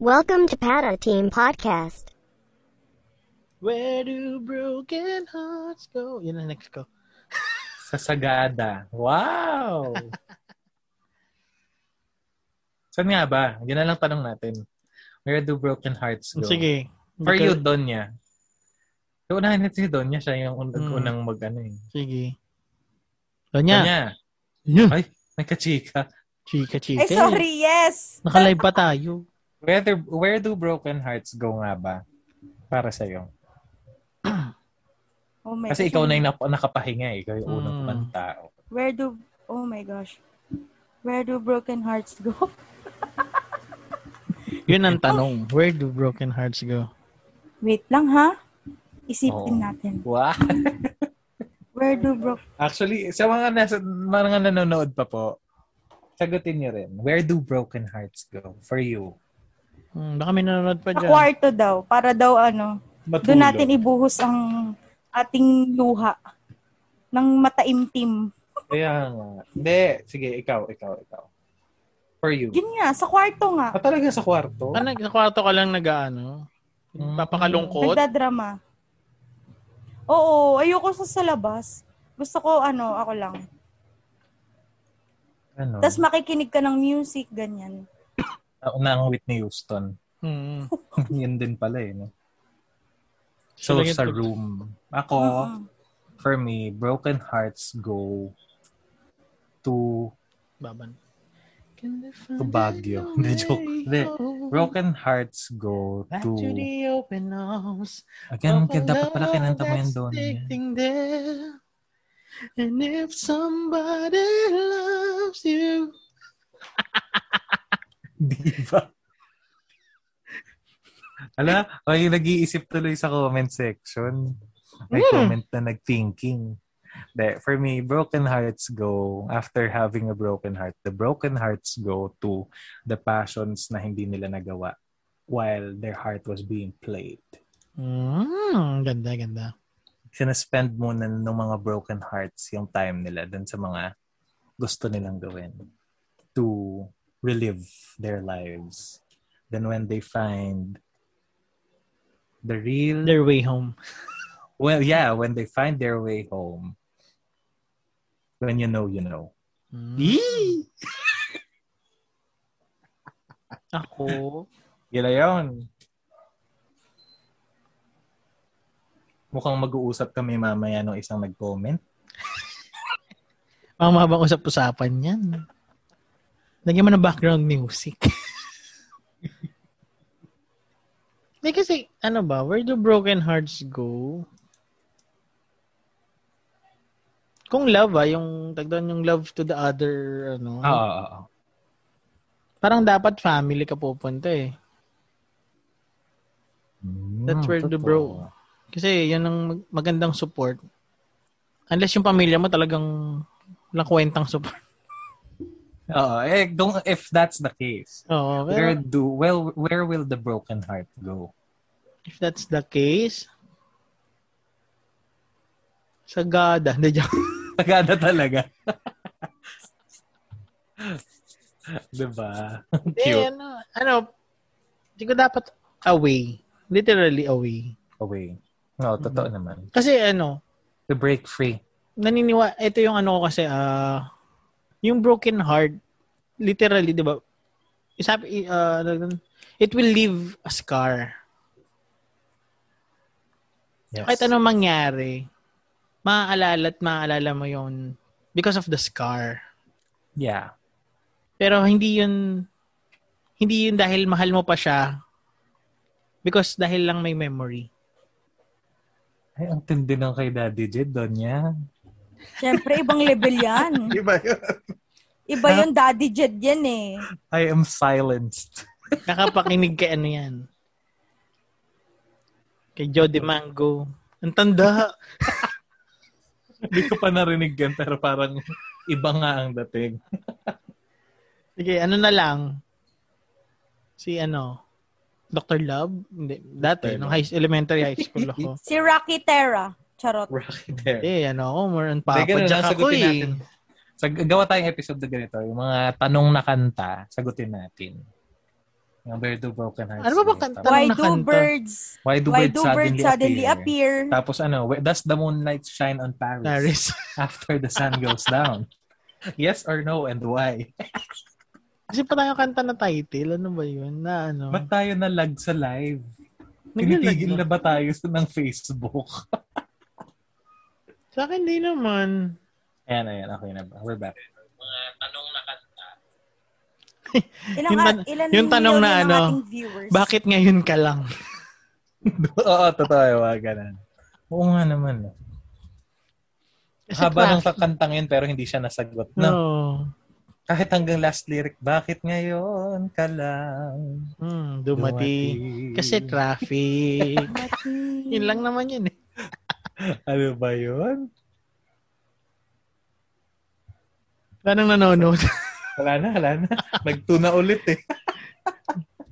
Welcome to Pata Team Podcast. Where do broken hearts go? Yun ang next ko. Sa Sagada. Wow! Saan nga ba? Yun na lang tanong natin. Where do broken hearts go? Sige. For Hindi you, ka- Donya. So, unahin natin si Donya. Siya yung un- Mm. unang mag ano eh. Sige. Donya, Donya. Ay. may kachika. Chika, chika. Ay, sorry, yes! Nakalive pa tayo. Where do, where do broken hearts go nga ba? Para sa'yo. Oh my Kasi gosh. ikaw na yung nap- nakapahinga eh. Ikaw yung unang Mm. pantao. Where do... Oh my gosh. Where do broken hearts go? Yun oh. ang tanong. Where do broken hearts go? Wait lang, ha? Isipin Oo. natin. Wow! Where do broke... Actually, sa mga nasa, mga nanonood pa po, sagutin niyo rin. Where do broken hearts go for you? Hmm, baka may nanonood pa Sa dyan. kwarto daw. Para daw, ano, doon natin ibuhos ang ating luha ng mataimtim. Kaya nga. Hindi. Sige, ikaw, ikaw, ikaw. For you. Yun nga, sa kwarto nga. Ah, talaga sa kwarto? Ano? Ah, nag- sa kwarto ka lang nag-ano? Mm. Papakalungkot? Nagdadrama. Oo, ayoko sa sa labas. Gusto ko, ano, ako lang. Ano? Tapos makikinig ka ng music, ganyan. Nauna ang Whitney Houston. Hmm. Yan din pala eh. No? So, Talagang sa tug- room. Ako, Oo. for me, broken hearts go to Baban. to Baguio. Hindi, joke. Hindi. Broken hearts go Back to... to the open arms. of a Again, kaya dapat pala love kinanta mo yan that's doon. sticking there. And if somebody loves you. Di ba? Ala, may nag-iisip tuloy sa comment section. May Mm. comment na nag-thinking. De, for me, broken hearts go, after having a broken heart, the broken hearts go to the passions na hindi nila nagawa while their heart was being played. Mm, ganda, ganda. Sinaspend muna ng mga broken hearts yung time nila dun sa mga gusto nilang gawin to relive their lives. Then when they find the real Their way home. Well, yeah, when they find their way home. When you know, you know. Hmm. Mm. Ako. Gila yun. Mukhang mag-uusap kami mamaya nung isang nag-comment. Ang mahabang usap-usapan yan. Lagyan mo ng background music. Hindi kasi, ano ba, where do broken hearts go? Kung love ah, yung tagdan yung love to the other, ano, Oo, Ah, oo, oo. parang dapat family ka pupunta eh. Mm, That's where the totoo. bro- Kasi yun ang mag- magandang support. Unless yung pamilya mo talagang walang kwentang support. Oo, eh, don't, if that's the case. Oo, pero- Where do, well, where will the broken heart go? If that's the case, Sagada. Hindi, joke. Tagada talaga. diba? Hindi, Cute. ano, ano, hindi ko dapat away. Literally away. Away. No, totoo Mm-hmm. naman. Kasi ano, To break free. naniniwa, ito yung ano ko kasi, ah, yung broken heart, literally, di ba, isabi, ah, ano dun, it will leave a scar. Yes. Kahit ano mangyari, maaalala at maaalala mo yun because of the scar. Yeah. Pero hindi yun hindi yun dahil mahal mo pa siya because dahil lang may memory. Ay, ang tindi ng kay Daddy Jed, Donya. Siyempre, ibang level yan. Iba yun. Iba yung daddy jet yan eh. I am silenced. Nakapakinig kay ano yan. Kay Jody Mango. Ang tanda. Hindi ko pa narinig yan, pero parang iba nga ang dating. Sige, ano na lang. Si ano, Dr. Love? Hindi, dati, nung high, elementary high school ako. Si Rocky Terra. Charot. Rocky there. Eh, ano ako, more on Teka, papa. ano, Jack ako sagutin eh. natin. Sag- gawa tayong episode na ganito. Yung mga tanong na kanta, sagutin natin. Where do broken hearts Ano ba ba meet? kanta? Tapos, Parang Why do nakanta. birds Why do Why birds do suddenly, birds suddenly appear? appear? Tapos ano, wh- does the moonlight shine on Paris, Paris. after the sun goes down? Yes or no and why? Kasi pa tayong kanta na title. Ano ba yun? Na ano? Ba't tayo nalag sa live? Naglalag Tinitigil na. na ba tayo sa- ng Facebook? Sa akin, di naman. ayan, ayan. Okay na ba? We're back. mga tanong na kanta. Ilang, Yung tan- ilan yung tanong million na ang ano, ating viewers? Bakit ngayon ka lang? Oo, totoo. Yung mga ganun. Oo nga naman. Kasi Haba ng classic. kakantang yun pero hindi siya nasagot. No. No. Kahit hanggang last lyric, bakit ngayon ka lang Hmm, dumati. Kasi traffic. yun lang naman yun eh. ano ba yun? Anong nanonood? Wala na, wala na. Nagtuna ulit eh.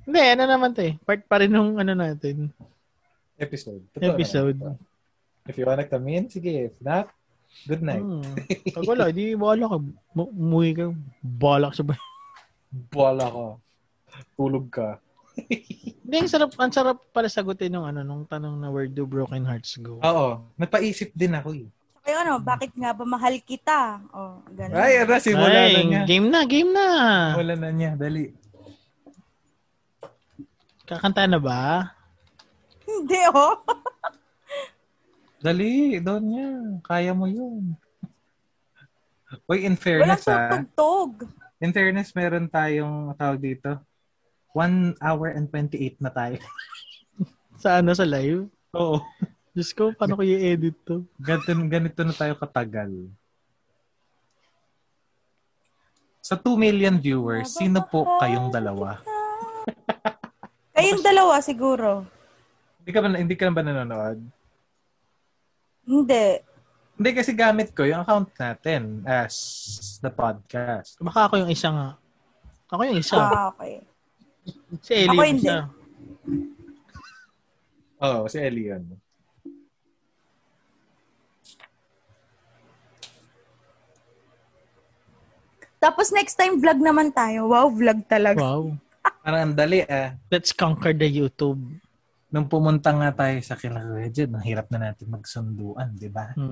Hindi, ano naman to eh. Part pa rin nung ano natin. Episode. Totoo Episode. naman. If you wanna come in, sige. If not, good night. Hmm. Pag wala, di wala ka. Mu- Umuwi ka. Balak sa bahay. Bola ko. Tulog ka. Hindi, ang sarap, ang sarap pala sagutin nung ano, nung tanong na where do broken hearts go? Oo. Napaisip din ako eh. Kaya ano, bakit nga ba mahal kita? Oh, ganun. Ay, er- ara, simula na Ay, niya. game na, game na. Simula na niya. Dali. Kakanta na ba? Hindi, oh. Dali, doon niya. Kaya mo yun. Uy, in Walang fairness ah. tutugtog. In fairness, meron tayong tawag dito. One hour and 28 na tayo. Sa ano, sa live? Oo. Diyos ko, paano ko i-edit to? Ganito, ganito na tayo katagal. Sa 2 million viewers, sino po kayong dalawa? Kayong dalawa siguro. Hindi ka ba, hindi ka ba nanonood? Hindi. Hindi kasi gamit ko yung account natin as the podcast. Baka ako yung isa nga. Ako yung isa. Ah, okay. Si Ellie Ako yung hindi. isa. Oo, oh, si Ellie yun. Tapos next time, vlog naman tayo. Wow, vlog talaga. Wow. Parang ang dali ah. Let's conquer the YouTube. Nung pumunta nga tayo sa kila Regid, ang hirap na natin magsunduan, di ba? Hmm.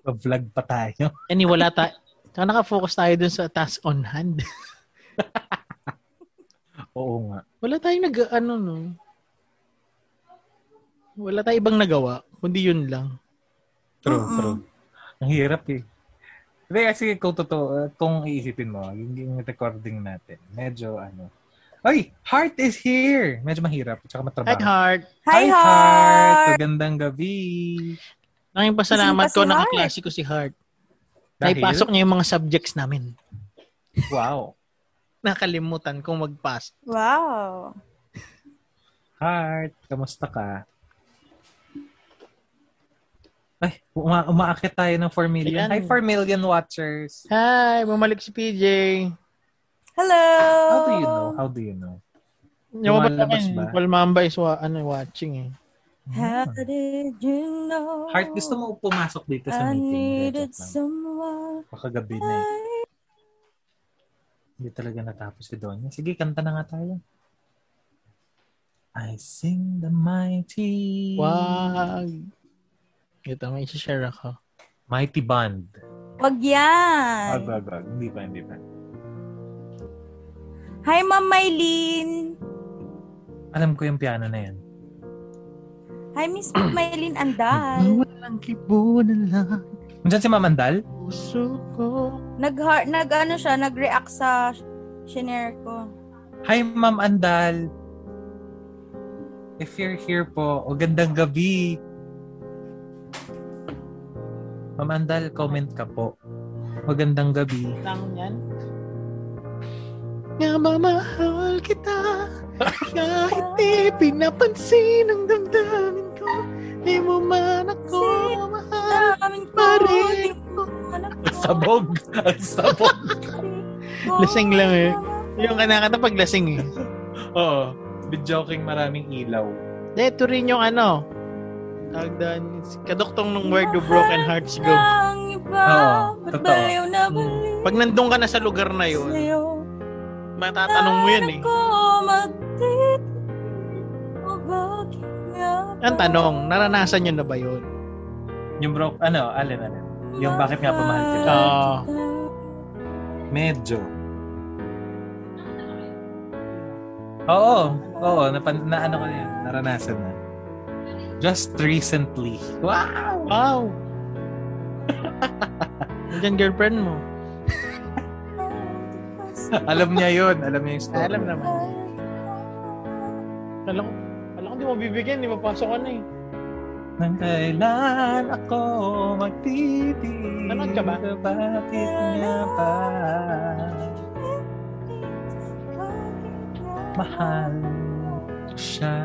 Vlog pa tayo. Any, wala tayo. Saka nakafocus tayo dun sa task on hand. Oo nga. wala tayong nag, ano, no? Wala tayong ibang nagawa, kundi yun lang. True, Mm-mm. true. Ang hirap eh. Hindi kasi kung totoo, uh, kung iisipin mo, yung, yung recording natin, medyo ano. Ay, Heart is here! Medyo mahirap, tsaka Hi, matrabaho. Heart. Hi, Heart! Magandang gabi! Nanging pasalamat Kasing pa ko, si nakaklase ko si Heart. Dahil, Naipasok niya yung mga subjects namin. wow. Nakalimutan kong mag-pass. Wow. Heart, kamusta ka? Ay, uma umaakit tayo ng 4 million. Ayan. Hi, 4 million watchers! Hi, bumalik si PJ. Hello! How do you know? How do you know? Yung ba Lumalabas ba? Well, Mamba is wa- ano, watching eh. How did you know? Heart, gusto mo pumasok dito sa I meeting? needed Joke lang. someone. Pakagabi na eh. Hindi talaga natapos si Donya. Sige, kanta na nga tayo. I sing the mighty Wag. Ito, may share ako. mighty band. Wag yan. Wag, wag, wag. Hindi pa, hindi pa. Hi, Ma'am Maylin. Alam ko yung piano na yan. Hi, Miss Maylin Andal. Walang kibunan lang Nandiyan si Mamandal? puso ko. nag nag ano siya, nag-react sa shinare ko. Hi, Ma'am Andal. If you're here po, o gandang gabi. Ma'am Andal, comment ka po. Magandang gabi. Lang yan. Namamahal kita Kahit di pinapansin ang damdamin ko Di mo man ako mahal Amin ko, Pare. di ko alam ko, Sabog! Ang sabog! di ko Lasing lang eh. alam. Yung kanakata pag lasing eh. Oo. With joking, maraming ilaw. De, ito rin yung ano. Tawag doon, kaduktong ng where do broken hearts go. Ang iba, Oo, ba't totoo. Mm. baliw na baliw Pag nandun ka na sa lugar na yun, sa'yo? matatanong mo yun eh. Ako Ang tanong, naranasan nyo na ba yun? Yung broke, ano, alin, alin. Yung bakit nga pamahal kita. Oo. Medyo. Oo, oo, napan, na ano ko yan, naranasan na. Just recently. Wow! Wow! Nandiyan girlfriend mo. Alam niya yun, alam niya yung story. Alam naman. Alam ko, alam ko di mo bibigyan, di mapasok ka na eh. Nang kailan ako magtitiis? Nanood ka ba? Bakit nga ba? Mahal ko siya.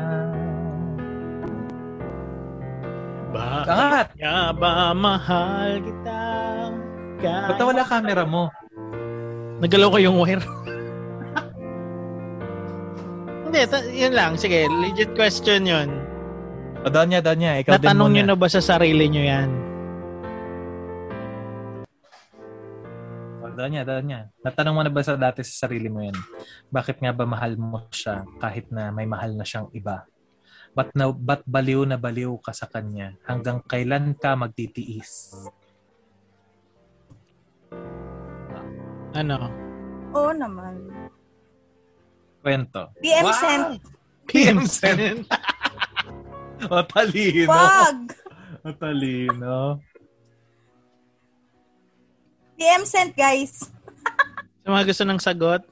Bakit Angat! nga ba mahal kita? Kaya... Ba't nawala camera mo? Nagalaw ko yung wire. Hindi, ta- yun lang. Sige, legit question yun. O, doon niya, doon niya. Ah, Ikaw Natanong din nyo muna. na ba sa sarili nyo yan? O, doon Oh, niya, doon niya. Natanong mo na ba sa dati sa sarili mo yan? Bakit nga ba mahal mo siya kahit na may mahal na siyang iba? Ba't, na, ba't baliw na baliw ka sa kanya? Hanggang kailan ka magtitiis? Ano? Oo naman. Kwento. PM sent. PM sent. o, talino. Wag! O, talino. PM sent, guys. Sa mga gusto ng sagot,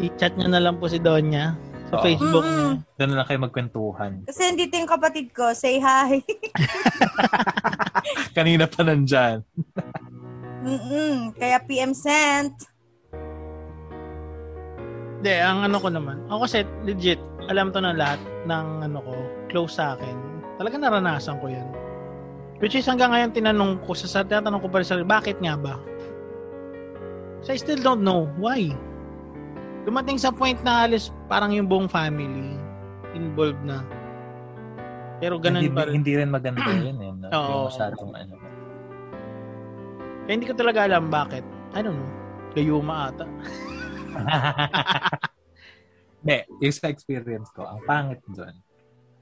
i-chat nyo na lang po si Donya sa Oo. Facebook niya. Mm-mm. Doon na lang kayo magkwentuhan. Kasi nandito yung kapatid ko. Say hi. Kanina pa nandyan. Mm-mm. Kaya PM sent. Hindi, ang ano ko naman. Ako kasi legit, alam to ng lahat ng ano ko, close sa akin. Talaga naranasan ko yan. Which is hanggang ngayon tinanong ko, sa sa- tinatanong ko pa rin sa sarili, bakit nga ba? So I still don't know why. Dumating sa point na alis parang yung buong family involved na. Pero ganun hindi, pa rin. hindi rin maganda yun. Eh, no? Oo. Yung masyadong ano. Kaya hindi ko talaga alam bakit. I don't know. Gayuma ata. Hindi, yung sa experience ko, ang pangit doon.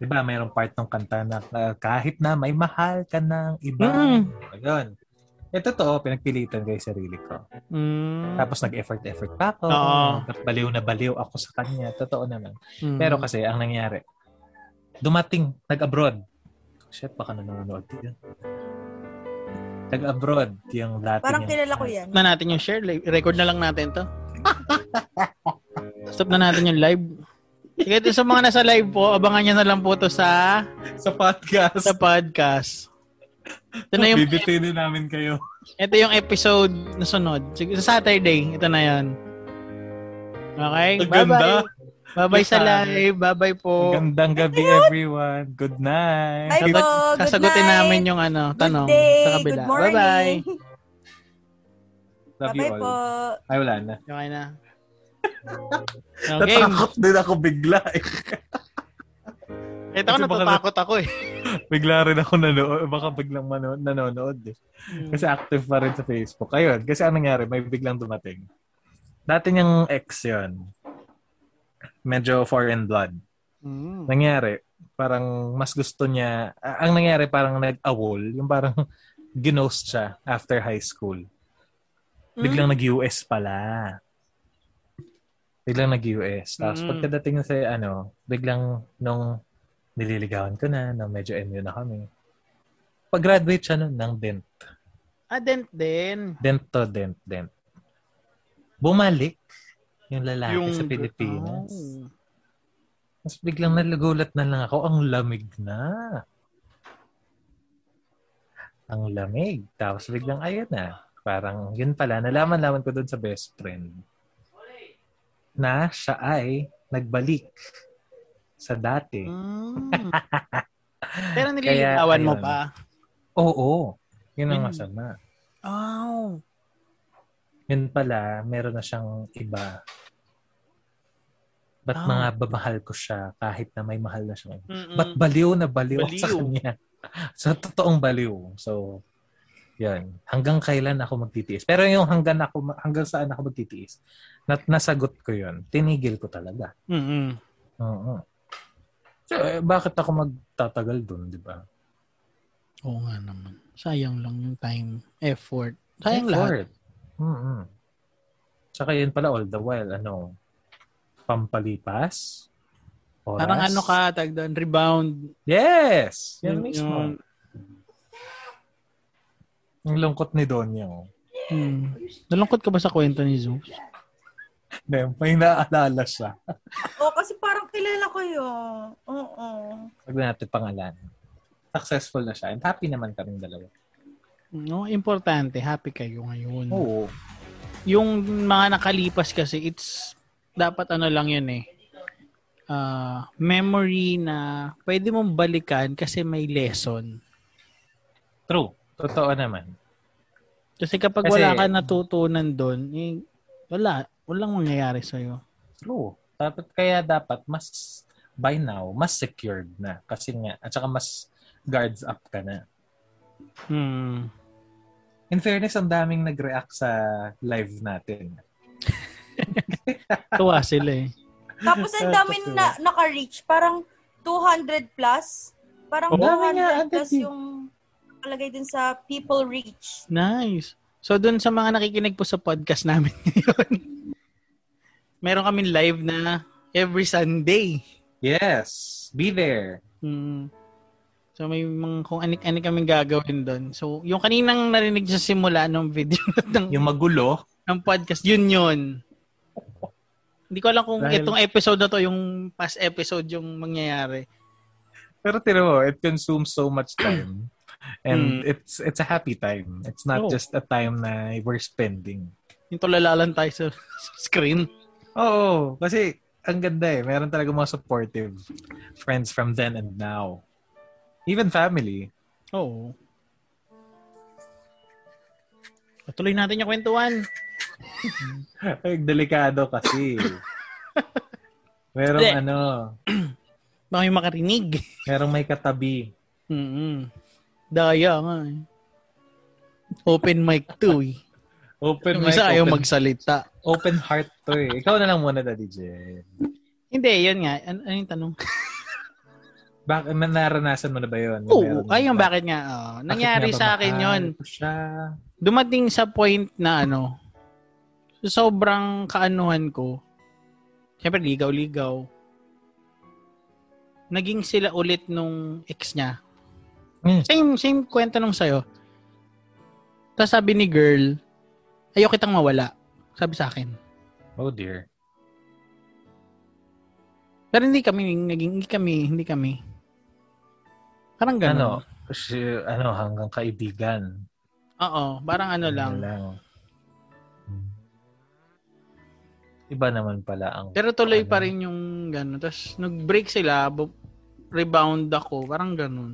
Di ba, mayroong part ng kanta na uh, kahit na may mahal ka ng iba. Mm. Ayun. Eh, totoo, pinagpilitan ko yung sarili ko. Mm. Tapos nag-effort-effort pa ako. Oo. Baliw na baliw ako sa kanya. Totoo naman. Mm. Pero kasi, ang nangyari, dumating, nag-abroad. Shit, baka nanonood yun. Nag-abroad yung dati Parang niyang- kilala ko yan. na natin yung share. Like, Record na lang natin to. Stop na natin yung live. Sige, to sa mga nasa live po, abangan nyo na lang po to sa, Sa podcast. sa podcast. Ito na yung, Bibitinin namin kayo. ito yung episode na sunod. Sige, sa Saturday, ito na yan. Okay? Ang ganda. Bye-bye. Bye-bye sa Ganda. live. Bye-bye po. Gandang gabi, everyone. Good night. Bye po. Good Sasagutin night. namin yung ano, tanong Good day. sa kabila. Good morning. Bye-bye. Love you Bye-bye po. all. Ay, wala na. Okay na. Okay. din ako bigla eh. Ito ako Kasi baka- natatakot ako eh. Bigla rin ako nanood. Baka biglang mano- nanonood eh. Mm. Kasi active pa rin sa Facebook. Ayun, kasi anong nangyari? May biglang dumating. Dati niyang ex yun. Medyo foreign blood. Mm. nangyari, parang mas gusto niya, a- ang nangyari parang nag-awol, yung parang ginost siya after high school. Biglang Mm. nag-US pala. Biglang nag-US. Tapos Mm. pagkadating sa ano, biglang nung nililigawan ko na, nung medyo MU na kami, pag-graduate siya nun ng dent. Ah, dent din. Dent to dent, dent. Bumalik yung lalaki sa Pilipinas. Oh. Tapos biglang nagulat na lang ako, ang lamig na. Ang lamig. Tapos biglang, ayun na. Parang, yun pala, nalaman-laman ko dun sa best friend na siya ay nagbalik sa dati. Mm. Pero Kaya, nililigawan mo ayun. pa. Oo. Yun ang Yun. masama. Oh. Yun pala, meron na siyang iba. Ba't Ah. mga babahal ko siya kahit na may mahal na siyang Mm-mm. But baliw na baliw, ako sa Mm. Baliw. kanya. Sa totoong baliw. So, yan. Hanggang kailan ako magtitiis. Pero yung hanggang, ako, hanggang saan ako magtitiis, nat nasagot ko yun. Tinigil ko talaga. Mm-mm. Oo. So, eh, bakit ako magtatagal dun, di ba? Oo nga naman. Sayang lang yung time, effort. Sayang lahat. Effort. Mm-mm. Tsaka yun pala all the while, ano, pampalipas? Oras? Parang ano ka, tag doon, rebound. Yes! Yan Yun- mismo. yun. Ang lungkot ni Donya. oh. Hmm. Nalungkot ka ba sa kwento ni Zeus? Then, may naalala siya. Oh, Oo, kasi parang kilala ko yun. Oo. Huwag na natin pangalan. Successful na siya. And happy naman kaming dalawa. No, importante, happy kayo ngayon. Oo. Yung mga nakalipas kasi, it's dapat ano lang yun eh. Ah, memory na pwede mong balikan kasi may lesson. True. Totoo naman. Kasi kapag Kasi- wala ka natutunan doon, eh, wala. Walang mangyayari sa'yo. True. Dapat kaya dapat mas by now, mas secured na. Kasi nga, at saka mas guards up ka na. Hmm. In fairness, ang daming nag-react sa live natin. Tuwa sila eh. Tapos ang dami oh. na naka-reach. Parang 200 plus. Parang Oo. Oh, Dami nga, 200 plus agad eh. yung kalagay dun sa people reach. Nice. So, dun sa mga nakikinig po sa podcast namin ngayon, meron kami live na every Sunday. Yes! Be there! Hmm. So, may mga kung anik-anik kami gagawin doon. So, yung kaninang narinig sa simula ng video ng, Yung magulo, ng podcast, yun yun. Hindi ko alam kung Dahil- itong episode na to, yung past episode yung mangyayari. pero tira mo, it consumes so much time. Mm. And Oh. it's it's a happy time. It's Oo. not just a time na we're spending. Yung tulala lang tayo sa, sa screen. Oo, kasi ang ganda eh. Meron talaga mga supportive friends from then and now. Even family. Oo. Patuloy natin yung kwentuhan. Ay, delikado kasi. merong Hindi. ano, Baka may makarinig. merong may katabi. mm Daya nga eh. Open mic to eh. Open Yung mic, isa ayaw open, magsalita. open heart to eh. Ikaw na lang muna, Daddy Jen. Hindi, yun nga. An- ano yung tanong? Bak- na- naranasan mo na ba yun? Yung Oo, meron- ay yung bakit nga. oo. Bakit nangyari nga ba ah, sa akin mahal yun. ko siya? Dumating sa point na ano, sobrang kaanuhan ko. Siyempre, ligaw-ligaw. Naging sila ulit nung ex niya. Mm. Same, same kwento nung sa'yo. Tapos sabi ni girl, ayaw kitang mawala. Sabi sa akin. Oh dear. Pero hindi kami naging hindi kami, hindi kami. Parang Ano? gano'n. si- ano, hanggang kaibigan. Oo, parang ano Ano lang. lang. Hmm. Iba naman pala ang... Pero tuloy Ano? pa rin yung gano'n. Tapos nag-break sila, bu- rebound ako, parang gano'n.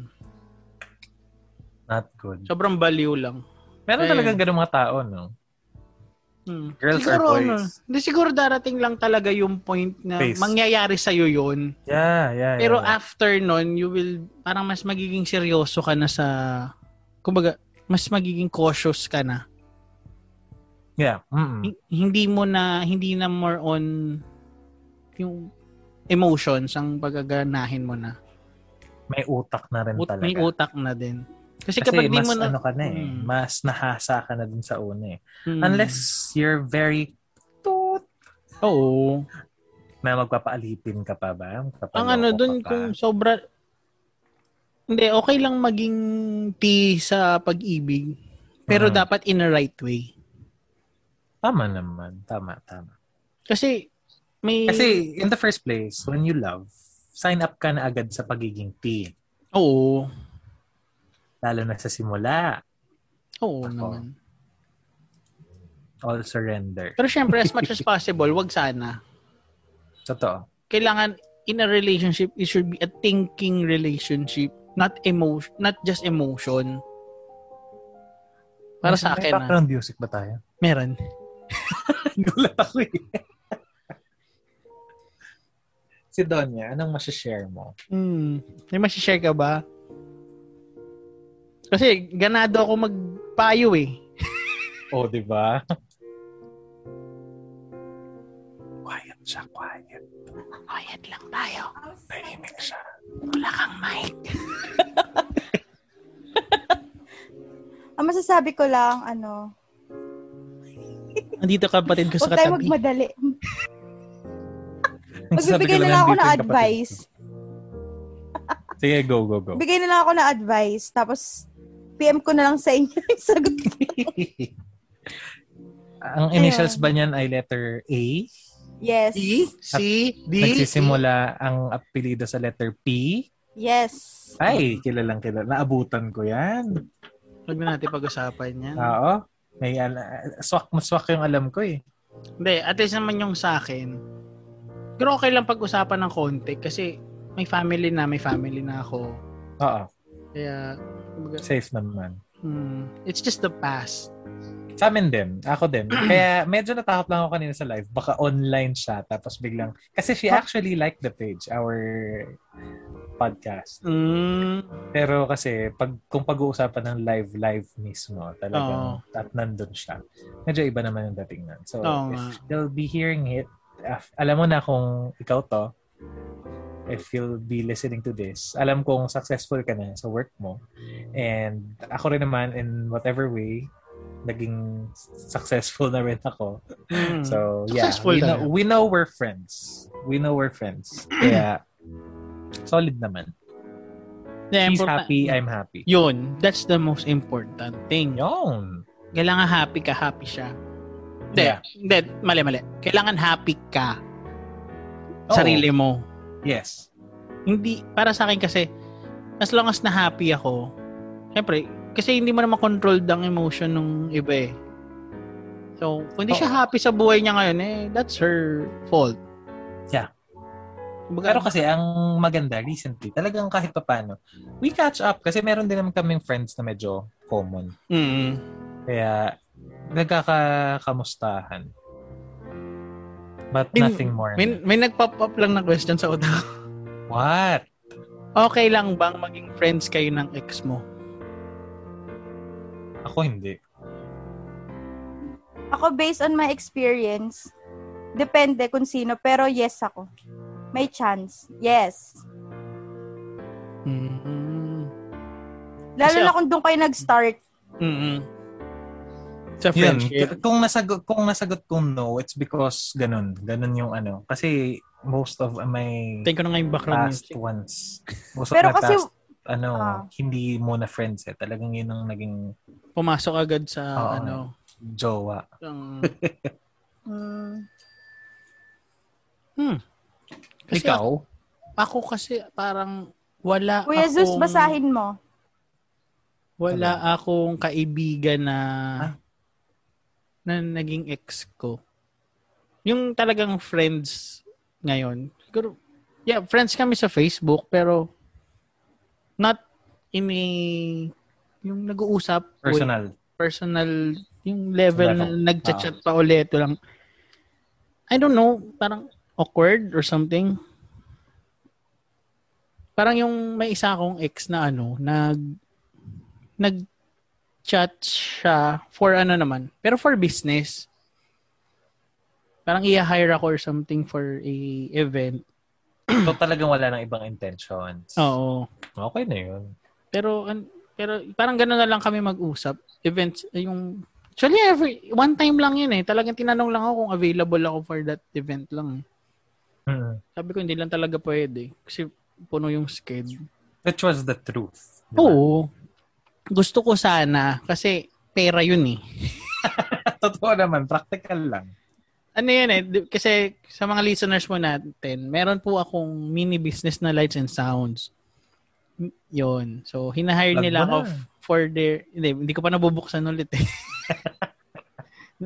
Not good. Sobrang baliw lang. Meron eh. talagang ganun mga tao, no? Hmm. Girls or siguro, boys? ano, hindi siguro darating lang talaga yung point na Face. Eh. mangyayari sa'yo yun. Yeah, yeah. Pero yeah. after nun, you will, parang mas magiging seryoso ka na sa, kumbaga, mas magiging cautious ka na. Yeah. mm-mm. Hi- hindi mo na hindi na more on yung emotions ang pagaganahin mo na. May utak na rin Ut- talaga. may utak na din. Kasi, Kasi kapag di mas mo na ano ka na eh. Mm. Mas nahasa ka na dun sa una eh. Mm. Unless you're very toot oo. na magpapaalipin ka pa ba? Magpapaloko Ang ano ka dun pa. kung sobra hindi okay lang maging T sa pag-ibig pero Mhm. dapat in a right way. Tama naman. Tama, tama. Kasi may Kasi in the first place, when you love, sign up ka na agad sa pagiging T. oo. Lalo na sa simula. Oo Ako. naman. All surrender. Pero syempre as much as possible, wag sana Totoo. kailangan in a relationship it should be a thinking relationship not emotion not just emotion para sa May akin ah. background music ba tayo? meron Gulat ako eh. si Donya, anong masashare mo? hmm. may masishare ka ba kasi ganado ako magpayo eh Oh, di ba? quiet siya, quiet. quiet lang tayo Tahimik siya. Ang masasabi ko lang, ano, Nandito kapatid ko sa huwag tayo katabi. magmadali. Sabi Magbibigay ko na lang nandito yung ako ng kapatid advice. ko. Sige, go, go, go. Bigay na lang ako ng advice. Tapos, PM ko na lang sa inyo yung sagot. Ang initials ba niyan ay letter A? Yes. C, C, D, Nagsisimula ang apelido sa letter P. Yes. Ay, kilalang kilala. Naabutan ko yan. Huwag na natin pag-usapan yan. Oo. May ala- swak na swak yung alam ko eh. Hindi, at least naman yung sa akin. Pero okay lang pag-usapan ng konti kasi may family na, may family na ako. Oo. Kaya, kumbaga, Safe naman. hmm, it's just the past. Sa amin din. Ako din. Kaya medyo natakot lang ako kanina sa live. Baka online siya. Tapos biglang... Kasi she actually liked the page. Our podcast. Mm, Pero kasi pag kung pag-uusapan ng live live mismo, talagang at nandun siya. Medyo iba naman yung dating nun. So, Oo if nga. you'll be hearing it, af- alam mo na kung ikaw to, if you'll be listening to this, alam kong successful ka na sa work mo. And ako rin naman, in whatever way, naging successful na rin ako. mm. So, Successful yeah. We na know, rin. we know we're friends. We know we're friends. Kaya, solid naman. Yeah, He's important- happy, I'm happy. Yun, that's the most important thing. Yun. Kailangan happy ka, happy siya. Hindi, Yeah. hindi, mali, mali. Kailangan happy ka. Oo. Sarili mo. Yes. Hindi, para sa akin kasi, as long as na happy ako, syempre, kasi hindi mo naman controlled ang emotion ng iba eh. So, kung hindi siya Oo. happy sa buhay niya ngayon, eh, that's her fault. Yeah. Kumbaga, Pero kasi ang maganda recently, talagang kahit papaano, we catch up kasi meron din naman kaming friends na medyo common. mm, Kaya nagkakakamustahan. But Min- nothing more. may, may nag-pop up lang na question sa utak. ko. What? Okay lang bang maging friends kayo ng ex mo? Ako hindi. Ako, based on my experience, depende kung sino, pero yes ako. May chance. Yes. Mm. Lalo Kasi na kung doon kayo nag-start. mm Sa Yun, friendship. k- kung nasagot kung nasagot kong no, it's because ganun, ganun yung ano. Kasi most of my Tingin ko na nga yung background past music. ones. Most of Pero my kasi, past, ano, Ah. hindi mo na friends eh. Talagang yun ang naging Pumasok agad sa Oo. ano. jowa. ang- mm, kasi Ikaw? Ako kasi parang wala Kuya akong... Zeus, basahin mo. Wala akong kaibigan na... Ano? Ah? na naging ex ko. Yung talagang friends ngayon. Siguro, yeah, friends kami sa Facebook, pero not in a... yung nag-uusap. with- Personal. personal yung level na Level. nagchat-chat pa ulit lang I don't know parang awkward or something parang yung may isa akong ex na ano nag nag chat siya for ano naman pero for business parang i-hire ako or something for a event So talagang wala ng ibang intentions. oo Okay na yun. Pero an- pero parang gano'n na lang kami mag-usap. Events eh, yung Actually, every, one time lang yun eh. Talagang tinanong lang ako kung available ako for that event lang. eh. Mm. Sabi ko, hindi lang talaga pwede. Kasi puno yung schedule. Which was the truth. di ba? Oo. Gusto ko sana. Kasi pera yun eh. Totoo naman. Practical lang. Ano yun eh. di- Kasi sa mga listeners mo natin, meron po akong mini business na lights and sounds. Y- Yun. So, hinahire Plug nila mo ako na. for their... Hindi, hindi ko pa nabubuksan ulit eh.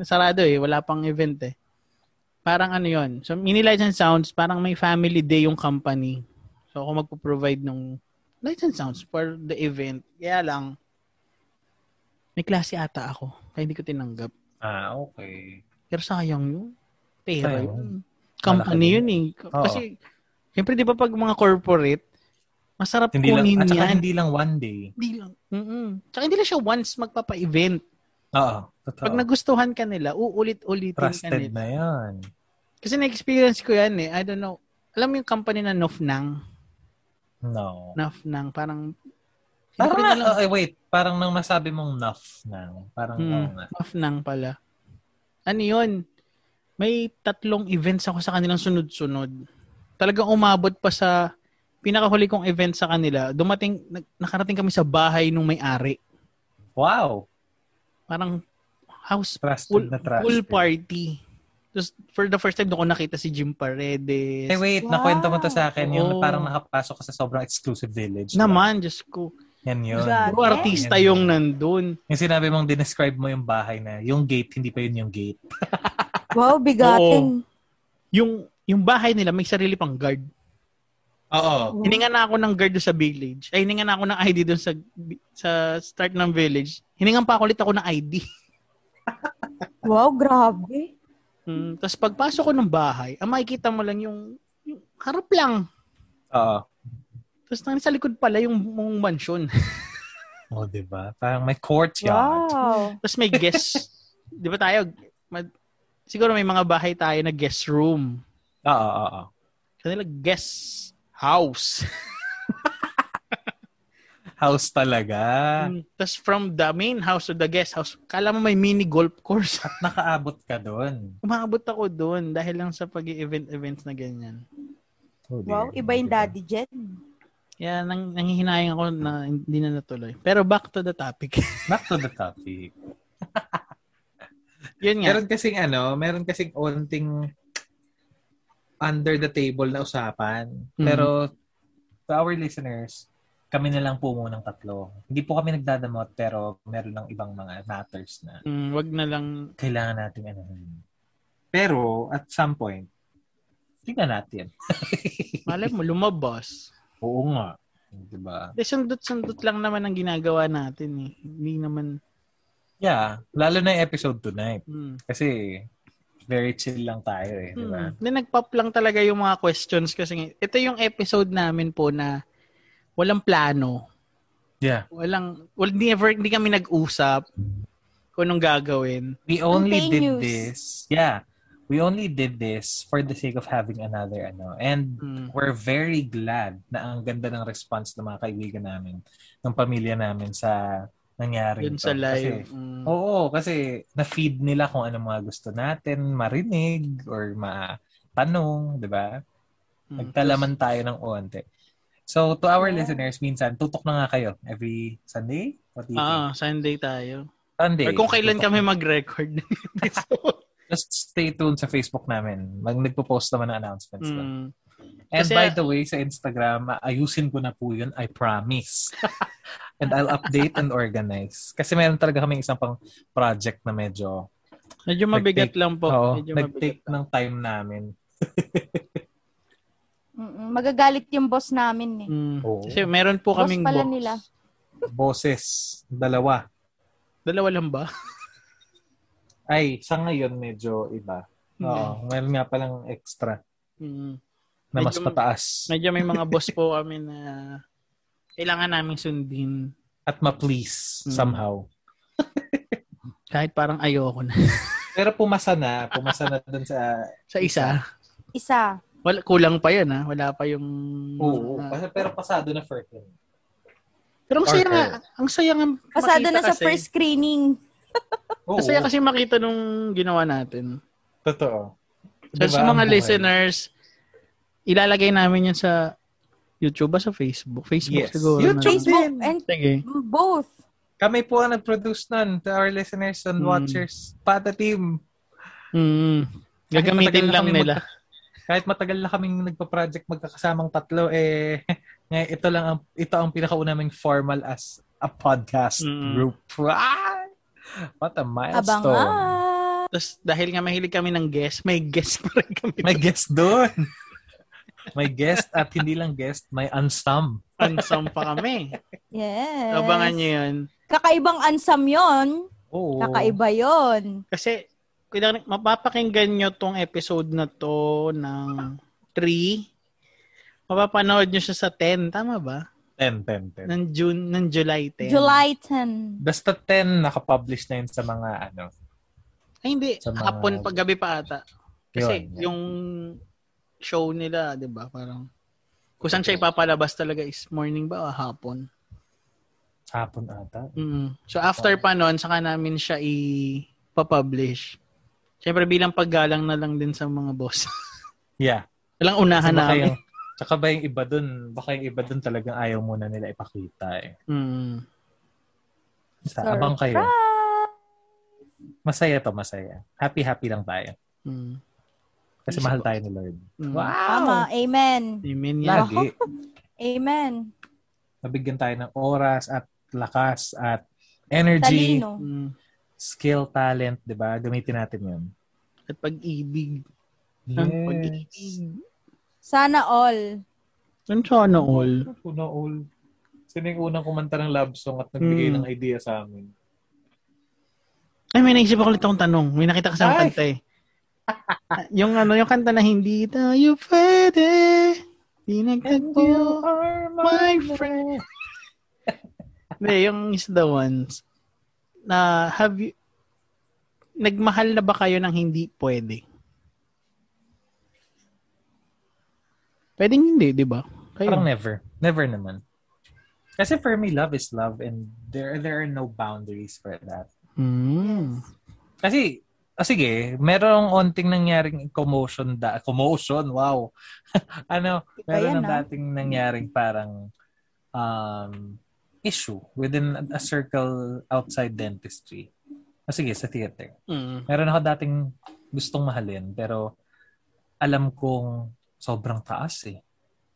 Sarado eh. Wala pang event eh. Parang ano yun. So, mini lights and sounds, parang may family day yung company. So, ako magpo-provide ng lights and sounds for the event. Kaya lang, may klase ata ako. Kaya hindi ko tinanggap. Ah, okay. Pero sayang yun. Pera Sayang. yun. Company Malaki yun eh. Oo. Kasi, siyempre di ba pag mga corporate, masarap Hindi lang, kunin at saka yan. hindi lang one day. Hindi lang. Mm-mm. Tsaka hindi lang siya once magpapa-event. Oo. Totoo. Pag ano nagustuhan ka nila, uulit-ulitin ka Trusted nila. na yan. Kasi na-experience ko yan eh. I don't know. Alam mo yung company na Nofnang? No. Enough ng parang... Parang, Siyempre na lang- na- oh, wait, parang nang masabi mong enough na. Parang, Hmm. oo nga. Off nang pala. Ano yun? May tatlong events ako sa kanilang sunod-sunod. Talagang umabot pa sa pinakahuli kong event sa kanila. Dumating, nag- nakarating kami sa bahay nung may-ari. wow, Parang house trusted full, na trusted. full party. Tapos for the first time doon ko nakita si Jim Paredes. Hey, wait, Wow. nakwento mo to sa akin. Yung Oo. parang nakapasok ka sa sobrang exclusive village. Naman, Diyos ko. Yan yun. Grabe. Puro artista yung nandun. Yung sinabi mong dinescribe mo yung bahay na, yung gate, hindi pa yun yung gate. Wow, bigatin. Yung, yung bahay nila, may sarili pang guard. Oo. Hininga na ako ng guard doon sa village. Ay, hininga na ako ng ID doon sa sa start ng village. Hiningan pa ako ulit ako ng ID. Wow, grabe. Mm, Tapos pagpasok ko ng bahay, ang makikita mo lang yung, yung harap lang. Oo. Tapos nang sa likod pala yung, yung mansion. O, di ba? Oh, diba? Parang may courtyard. Wow. Tapos may guest. Di ba tayo? mad- siguro may mga bahay tayo na guest room. Oo, oo, oo. Kanila guest house. House talaga. Mm, Tapos from the main house to the guest house, kala mo may mini golf course. Nakaabot ka doon. Umabot ako doon dahil lang sa pag event events na ganyan. Oh, Wow, dear. iba yung daddy jet. Kaya nang, nangihinayang ako na hindi na natuloy. Pero back to the topic. Back to the topic. Yun nga. Meron kasing ano, meron kasing onting under the table na usapan. Mhm. Pero to our listeners, kami na lang po munang tatlo. Hindi po kami nagdadamot pero meron ng ibang mga matters na Mm, wag na lang. kailangan natin ano. Pero at some point, tingnan natin. Malay mo, lumabas. Oo nga. Diba? De, sundot-sundot lang naman ang ginagawa natin eh. Hindi naman... Yeah. Lalo na yung episode tonight. Mm. Kasi very chill lang tayo eh. Diba? Mm. Di, nag-pop lang talaga yung mga questions kasi nga- ito yung episode namin po na walang plano. Yeah. Walang... Well, never, hindi kami nag-usap kung anong gagawin. We only did Spontaneous. this. Yeah. We only did this for the sake of having another ano. And Mm. we're very glad na ang ganda ng response ng mga kaibigan namin, ng pamilya namin sa nangyari Yun sa live. Mm. Oo, kasi na-feed nila kung ano mga gusto natin marinig or matanong, di ba? Mm. Nagtalaman tayo ng onte. So, to our Yeah. listeners, minsan, tutok na nga kayo every Sunday? What do you think? Ah, Sunday tayo. Sunday. Or kung kailan Tutok. kami mag-record ng episode. Just stay tuned sa Facebook namin. Mag nagpo-post naman ng announcements. doon. Mm. And Kasi- by the way, sa Instagram, ayusin ko na po yun. I promise. and I'll update and organize. Kasi meron talaga kami isang pang project na medyo Mm. Medyo mabigat lang po. Oo, Medyo mabigat. nag-take ng time namin. Mm-mm. Magagalit yung boss namin eh. Mm. Oo. Kasi meron po Boss kaming pala box. nila. Boses, dalawa. Dalawa lang ba? Ay, sa ngayon medyo iba. Mm-hmm. Oo, meron nga palang extra Mm. na mas Medyo- pataas Medyo may mga boss po kami na kailangan namin sundin. at ma-please Mm. somehow. Kahit parang ayoko na. Pero pumasa na, pumasa na dun sa... Sa isa, Isa. wala, kulang pa yun ha. Wala pa yung... Oo, mga- kasi- pero pasado na first. yun. pero ang saya Or nga. her. Ang saya nga Pasado makita na sa kasi. first screening. Oo, Ang saya kasi makita nung ginawa natin. totoo. So, Diba, sa mga ang buhay? listeners, ilalagay namin yun sa YouTube ba sa Facebook? Facebook Yes. siguro. na. YouTube. Facebook Din. and Sige. both. Kami po ang nag-produce nun to our listeners and Mm. watchers. Pata team. Mm-hmm. Mm. Gagamitin matagal na lang kami nila. Kahit matagal na kaming nagpa-project magkakasamang tatlo, eh, ngayon ito lang ang, ito ang pinakaunaming formal as a podcast Mm. group. Ah! What a Abang milestone. ah. Tapos dahil nga mahilig kami ng guest, may guest pa rin kami. May guest doon. may guest at hindi lang guest, may unsum. Ansam pa kami. Yes. Abangan nyo yun. Kakaibang ansam yon. Oo. Kakaiba yon. Kasi kailangan- mapapakinggan nyo tong episode na to ng 3. Mapapanood nyo siya sa 10. Tama ba? Ten, ten, ten. Ng June, ng July 10. July 10. Basta 10 nakapublish na yun sa mga ano. Ay, hindi. Sa mga- Hapon, paggabi pa ata. Kasi Yun. yung show nila, di ba? Parang Kung saan siya ipapalabas talaga is morning ba o hapon? Hapon ata. Mm. So after pa nun, saka namin siya i-publish. Siyempre bilang paggalang na lang din sa mga boss. Yeah. Walang unahan Tsaka namin. yung, tsaka ba yung iba dun, baka yung iba dun talagang ayaw muna nila ipakita eh. Mm. Sa, abang kayo. Masaya to, masaya. Happy-happy lang tayo. Mm. Kasi Yes, mahal po. tayo ni Lord. Mm. Tama. Amen. Amen yan. Lagi. Amen. Nabigyan tayo ng oras at lakas at energy, Talino. Mm. skill, talent, di ba? Gamitin natin yun. At pag-ibig. Ang Yes. pag-ibig. Sana all. Ano siya na all? Una all. Sino yung unang kumanta ng love song at nagbigay Hmm. ng idea sa amin? Ay, may naisip ako ulit akong tanong. May nakita kasi akong Ay! kanta eh. Ah, yung ano, yung kanta na hindi tayo pwede. Pinagtagpo, are my friend. Hindi, yung is the ones. Na, have you, nagmahal na ba kayo ng hindi pwede? Pwedeng hindi, di ba? Kayo. Parang never. Never naman. Kasi for me, love is love and there there are no boundaries for that. Mm. Kasi, ah, sige, merong onting nangyaring commotion, da, commotion, wow. ano, Iba meron yan, ng ah. dating nangyaring parang um, issue within a- a circle outside dentistry. Ah, sige, sa theater. Mm. Meron ako dating gustong mahalin, pero alam kong sobrang taas eh.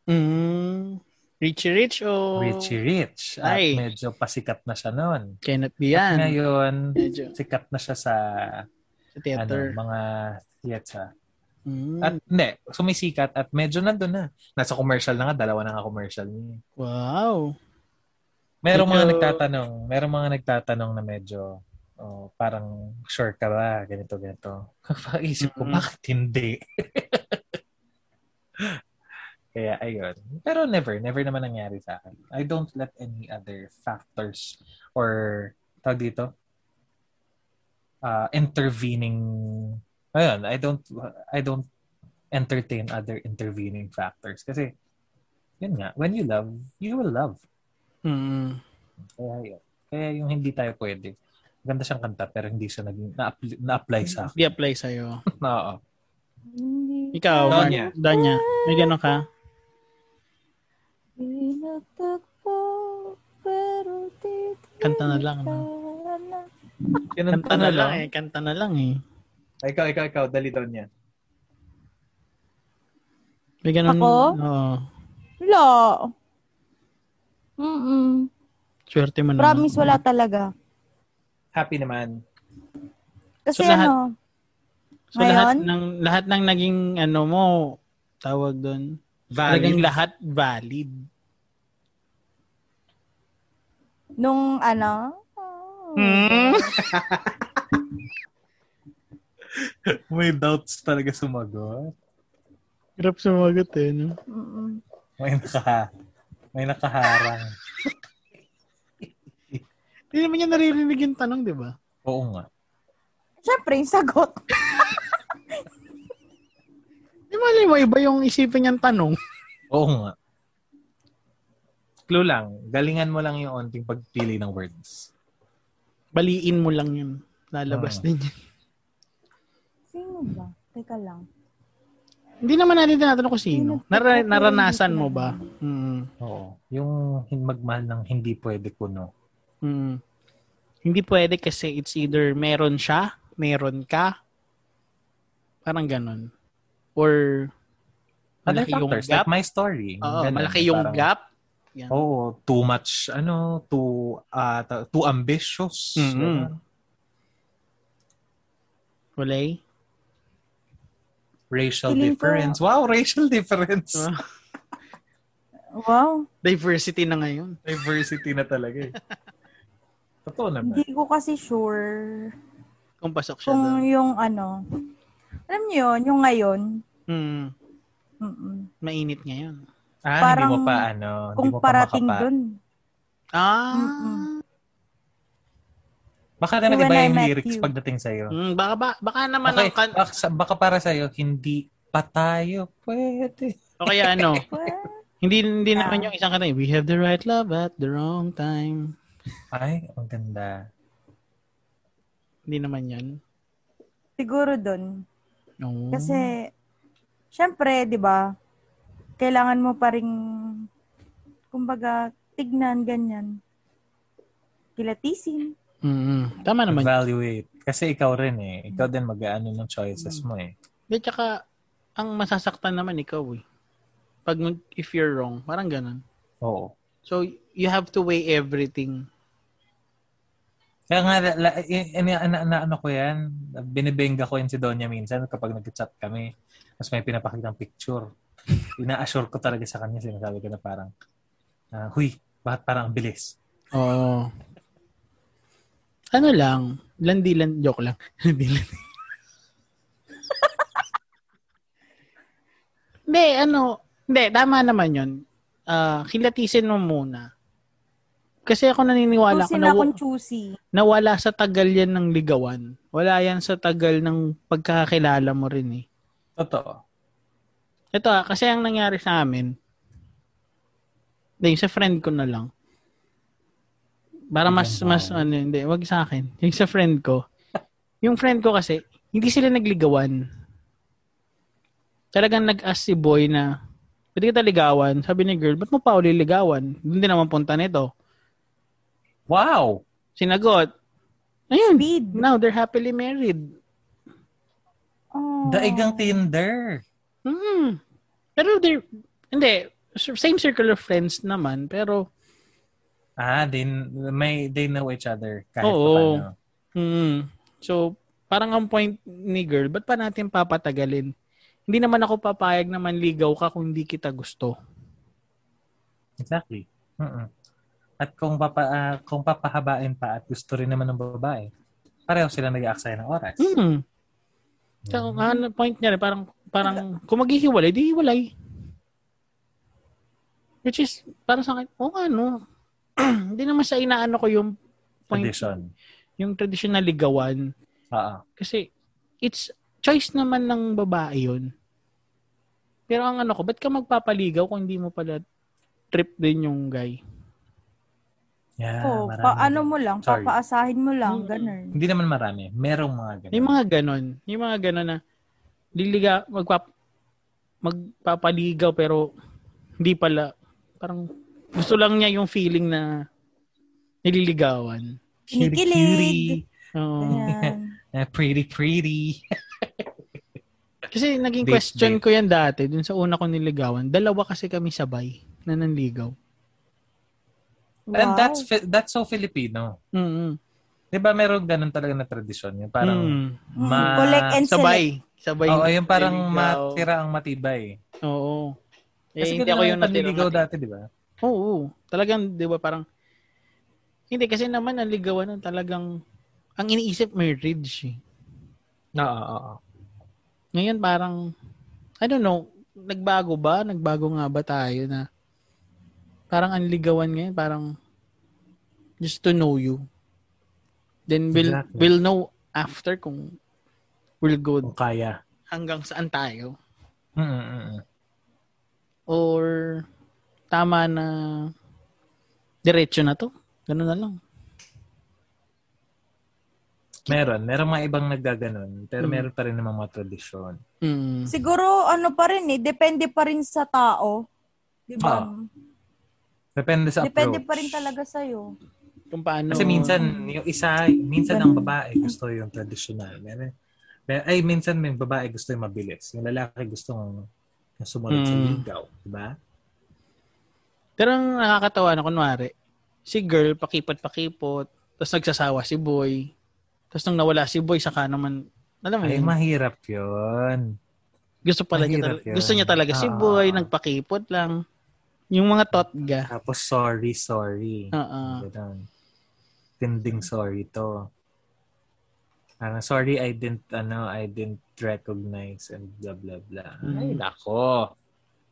Mm. Richie Rich o... Richie Rich. Oh. At Ay. medyo pasikat na siya noon. Cannot be At yan. ngayon, Medyo. sikat na siya sa Sa ano, theater. mga theater. Mm. At hindi, sumisikat at medyo nandun na. Nasa commercial na nga, dalawa na nga commercial niya. wow. Merong mga Medyo- nagtatanong, merong mga nagtatanong na medyo oh, parang sure ka ba, ganito, ganito. Paisip ko, Mhm. bakit hindi? Kaya ayun. Pero never, never naman nangyari sa akin. I don't let any other factors or tawag dito, uh, intervening ayun, I don't I don't entertain other intervening factors kasi yun nga, when you love, you will love. Mm. Kaya yun. Kaya yung hindi tayo pwede. Maganda siyang kanta pero hindi siya naging na-apply, na-apply sa akin. Di-apply sa'yo. Oo. Hindi Ikaw, Donya. Mar- Donya. May gano'n ka? Pinagtagpo, pero di Kanta na lang. No? tayo. Kanta na lang eh. Kanta na lang eh. Ay, ikaw, ikaw, ikaw. Dali daw niya. May gano'n. Ako? Oo. Wala. Ano? Mm-mm. Swerte mo naman. Promise, wala talaga. Happy naman. So, Kasi lahat- ano, So lahat Ngayon? ng, lahat ng naging ano mo, tawag doon. Talagang Valid. lahat valid. nung ano, oh, Hmm? May doubts talaga sumagot. Hirap sumagot eh. No? mm-mm. May naka may nakaharang. Hindi naman niya naririnig yung tanong, di ba? Oo nga. Siyempre, yung sagot. Di mali mo, iba yung isipin niyang tanong. Oo nga. Clue lang. Galingan mo lang yung onting pagpili ng words. Baliin mo lang yun. Lalabas Ah. din yun. Sino ba? Teka lang. Hindi naman natin tinatanong kung sino. Sino? Nara- naranasan mo ba? Mm. Oo. Yung hin- magmahal ng hindi pwede kuno. Mm. Hindi pwede kasi it's either meron siya, meron ka, parang ganun. Or Other malaki yung factors. gap. Like my story. Oo, Ganun. malaki yung Parang, gap. Oo. Too much, ano, too, ah, ta- too ambitious. Mhm. Ganun. Wala eh. Racial Feeling ko- difference. Wow, racial difference. Ah. Wow. Diversity na ngayon. Diversity na talaga eh. Totoo naman. Hindi ko kasi sure Kung pasok siya kung doon. yung ano. Alam niyo yun, yung ngayon. Mm, mm-mm. mainit ngayon. Ah, Parang hindi mo pa ano, Kung hindi mo parating pa makapa. dun. Ah, Mm-mm. Baka na When nag-iba I yung met lyrics you. pagdating sa'yo. mm, baka, ba, baka naman ang Okay, kan- baka, baka para sa'yo, hindi pa tayo pwede. o kaya ano, Pwede. Hindi, hindi Yeah. naman yung isang kanta, we have the right love at the wrong time. Ay, ang ganda. Hindi naman yan. Siguro dun. Oo. Hmm. Kasi, syempre, di ba, kailangan mo pa rin, kumbaga, tignan, ganyan. Kilatisin. Mm-mm. Tama Ano naman. Evaluate. Kasi ikaw rin eh. Ikaw din mag-ano ng choices mo eh. Hindi, tsaka, ang masasaktan naman ikaw eh. Pag, mag- if you're wrong, parang ganun. Oo. So, you have to weigh everything. Kaya nga, la, la, i- ini- ana- ana- ano ko yan, binibenga ko yan si Donya minsan kapag nag-chat kami. Mas may pinapakitang picture. Ina-assure ko talaga sa kanya, sinasabi ko na parang, ah, huy, bakit parang ang bilis? Oo. Ano lang, landilan, joke lang. Landilan. Hindi, ano, hindi, tama naman yun. Ah, kilatisin mo muna. Kasi ako naniniwala ko Choosy na, na kung choosy. nawala sa tagal yan ng ligawan. Wala yan sa tagal ng pagkakakilala mo rin eh. Totoo. Ito ah, kasi ang nangyari sa amin, hindi, yung sa friend ko na lang. Para mas, Ibang mas, tao. ano, hindi, wag sa akin. Yung sa friend ko, yung friend ko kasi, hindi sila nagligawan. Talagang nag-ask si boy na, pwede kita ligawan. Sabi ni girl, ba't mo pa uli ligawan? Doon din naman punta nito. Wow! Sinagot. Ayun, Bid. now they're happily married. Oh. Daigang Tinder! Mm. Pero they're, hindi, same circle of friends naman, pero, Ah, they, may, they know each other Oo. kahit pa paano. Mm. So, parang ang point ni girl, ba't pa natin papatagalin? Hindi naman ako papayag na manligaw ka kung hindi kita gusto. Exactly. Mm-mm. At kung, papa, ah, kung papahabain pa at gusto rin naman ng babae, pareho sila nag-aaksaya ng oras. Mm. So, ano, point niya rin, parang, parang, kung maghihiwalay, di hiwalay. Which is, para sa akin, oo nga, no. Hindi naman sa inaano ko yung point, Condition. yung traditional ligawan. Oo. Kasi, it's choice naman ng babae yun. Pero ang ano ko, ba't ka magpapaligaw kung hindi mo pala trip din yung guy? Yeah, Ah, Oh, marami. paano mo lang, Sorry. papaasahin mo lang, Mm. ganun. Hindi naman marami. Merong mga ganun. Yung mga ganon. Yung mga ganon na liliga, magpap, magpapaligaw pero hindi pala. Parang gusto lang niya yung feeling na nililigawan. Kinikilig. Oo. Ganyan. Eh, pretty, pretty. Kasi naging Date, question date. ko yan dati, dun sa una ko niligawan. Dalawa kasi kami sabay na nanligaw. And Wow. that's fi- that's so Filipino. Mm-hmm. Di ba merong ganun talaga na tradisyon? Yung parang Mm. ma... Collect and select. Sabay. Sabay. Oo, yung parang naliligaw. matira ang matibay. Oo. Eh, Kasi hindi ganun ako lang yung panliligaw natira. dati, di ba? Oo. Talagang, di ba, parang, hindi, kasi naman, ang ligawan nun talagang, ang iniisip marriage. Eh. Oo, oo. Ngayon, parang, I don't know, nagbago ba? Nagbago nga ba tayo na, parang ang ligawan ngayon, parang, just to know you. Then we'll, Exactly. Oh. we'll know after kung we'll go Kung kaya. hanggang saan tayo. Mm-mm-mm. or tama na diretso na to. Ganun na lang. Meron. Merong mga ibang nagaganon. Pero Mm. meron pa rin namang mga tradisyon. Mm. Siguro, ano pa rin eh, depende pa rin sa tao. Di ba? Ah, Depende sa depende approach. pa rin talaga sa'yo. Kung paano. Kasi minsan, yung isa, minsan ang babae gusto yung traditional. Meron, mer- ay, minsan may babae gusto yung mabilis. Yung lalaki gusto yung yung sumunod sa Mm. ligaw. Diba? Pero ang nakakatawa na kunwari, si girl pakipot-pakipot, tapos nagsasawa si boy. Tapos nung nawala si boy, saka naman, alam mo Ay, yun, mahirap yun. gusto pala niya, mahirap tal- yun. gusto niya talaga si Ah. boy, nagpakipot lang. Yung mga totga. Ah, Tapos, sorry, sorry. Oo. Ganun. Tinding sorry to. Ano, sorry, I didn't, ano, I didn't recognize and blah, blah, blah. Ay, Mm. nako.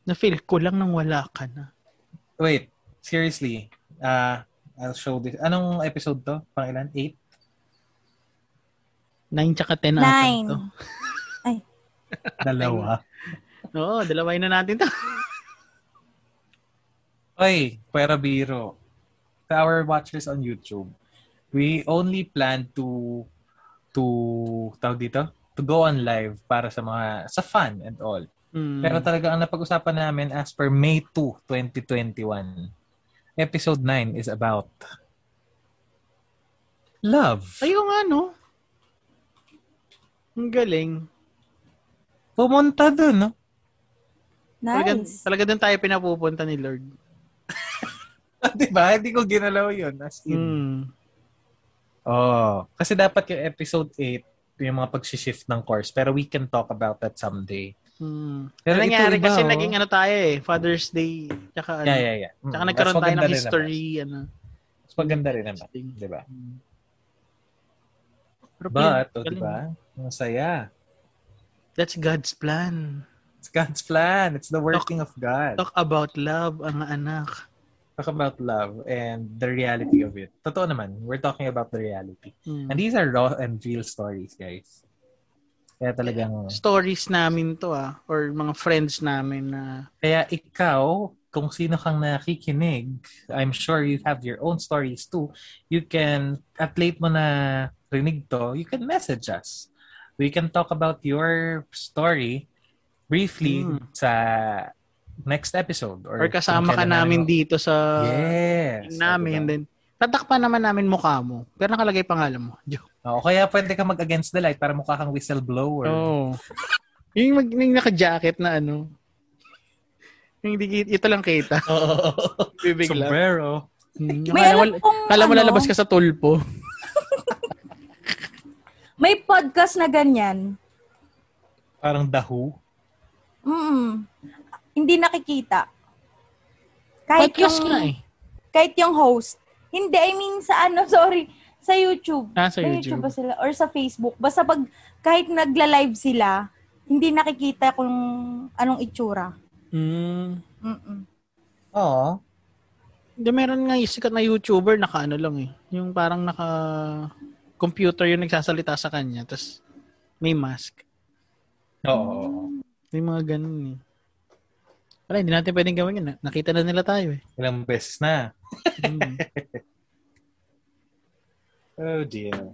Na-feel ko lang nang wala ka na. Wait, seriously. ah I'll show this. Anong episode to? Pang ilan? Eight? Nine tsaka ten ata Nine. to. Dalawa. Oo, dalawain na natin to. Oy, Puera Biro. To our watchers on YouTube, we only plan to to tawag dito, to go on live para sa mga sa fun and all. Mm. Hmm. Pero talaga ang napag-usapan namin as per May 2, 2021, episode 9 is about love. Ayun nga, no? Ang galing. Pumunta dun, no? Talaga, Nice. talaga doon tayo pinapupunta ni Lord. Di ba? Hindi ko ginalaw yun. As in, Mm. Oh, kasi dapat yung episode 8, yung mga pag-shift ng course. Pero we can talk about that someday. Mm. Pero ito nangyari iba, kasi oh. naging ano tayo eh, Father's Day, tsaka, ano, Yeah, yeah, yeah. Mm, tsaka mas nagkaroon tayo ng maganda rin history, Iya, ano. naman. Mas maganda rin naman. Di ba? Pero But, yun, oh, di galing. ba? Masaya. That's God's plan. It's God's plan. It's the working of God. Talk about love, ang anak. Talk about love and the reality of it. Totoo naman. We're talking about the reality. Mm. And these are raw and real stories, guys. Kaya talagang... Stories namin to ah, or mga friends namin na Kaya ikaw, kung sino kang nakikinig, I'm sure you have your own stories too. You can, at late mo na rinig to, you can message us. We can talk about your story briefly Hmm. sa next episode. Or, or kasama kung ka kailan namin namin- dito sa Yes. namin. Diba? Then, tatakpan naman namin mukha mo. Pero nakalagay pangalan mo. Joke. Oo, Oh, kaya pwede ka mag-against the light para mukha kang whistleblower. Oo. yung, mag, yung naka-jacket na ano. Yung hindi, ki- ito lang kita. Bibig lang. Sombrero. Hmm, May akala mo- alam kong, Kala mo ano, lalabas ka sa tulpo. May podcast na ganyan. Parang dahu. Mm. Hindi nakikita. Ay, Kahit yung, kiosk nga eh. kahit yung host. Hindi, I mean sa ano, sorry, sa YouTube. Ah, sa May YouTube. ba sila? Or sa Facebook. Basta pag kahit nagla-live sila, hindi nakikita kung anong itsura. Hmm. Mm-mm. Oo. Hindi, meron nga yung sikat na YouTuber, naka ano lang eh. Yung parang naka computer yung nagsasalita sa kanya. Tapos may mask. Oo. May mga ganun eh. Wala, hindi natin pwedeng gawin yun. ah. Nakita na nila tayo eh. Ilang beses na. Mm. Oh dear.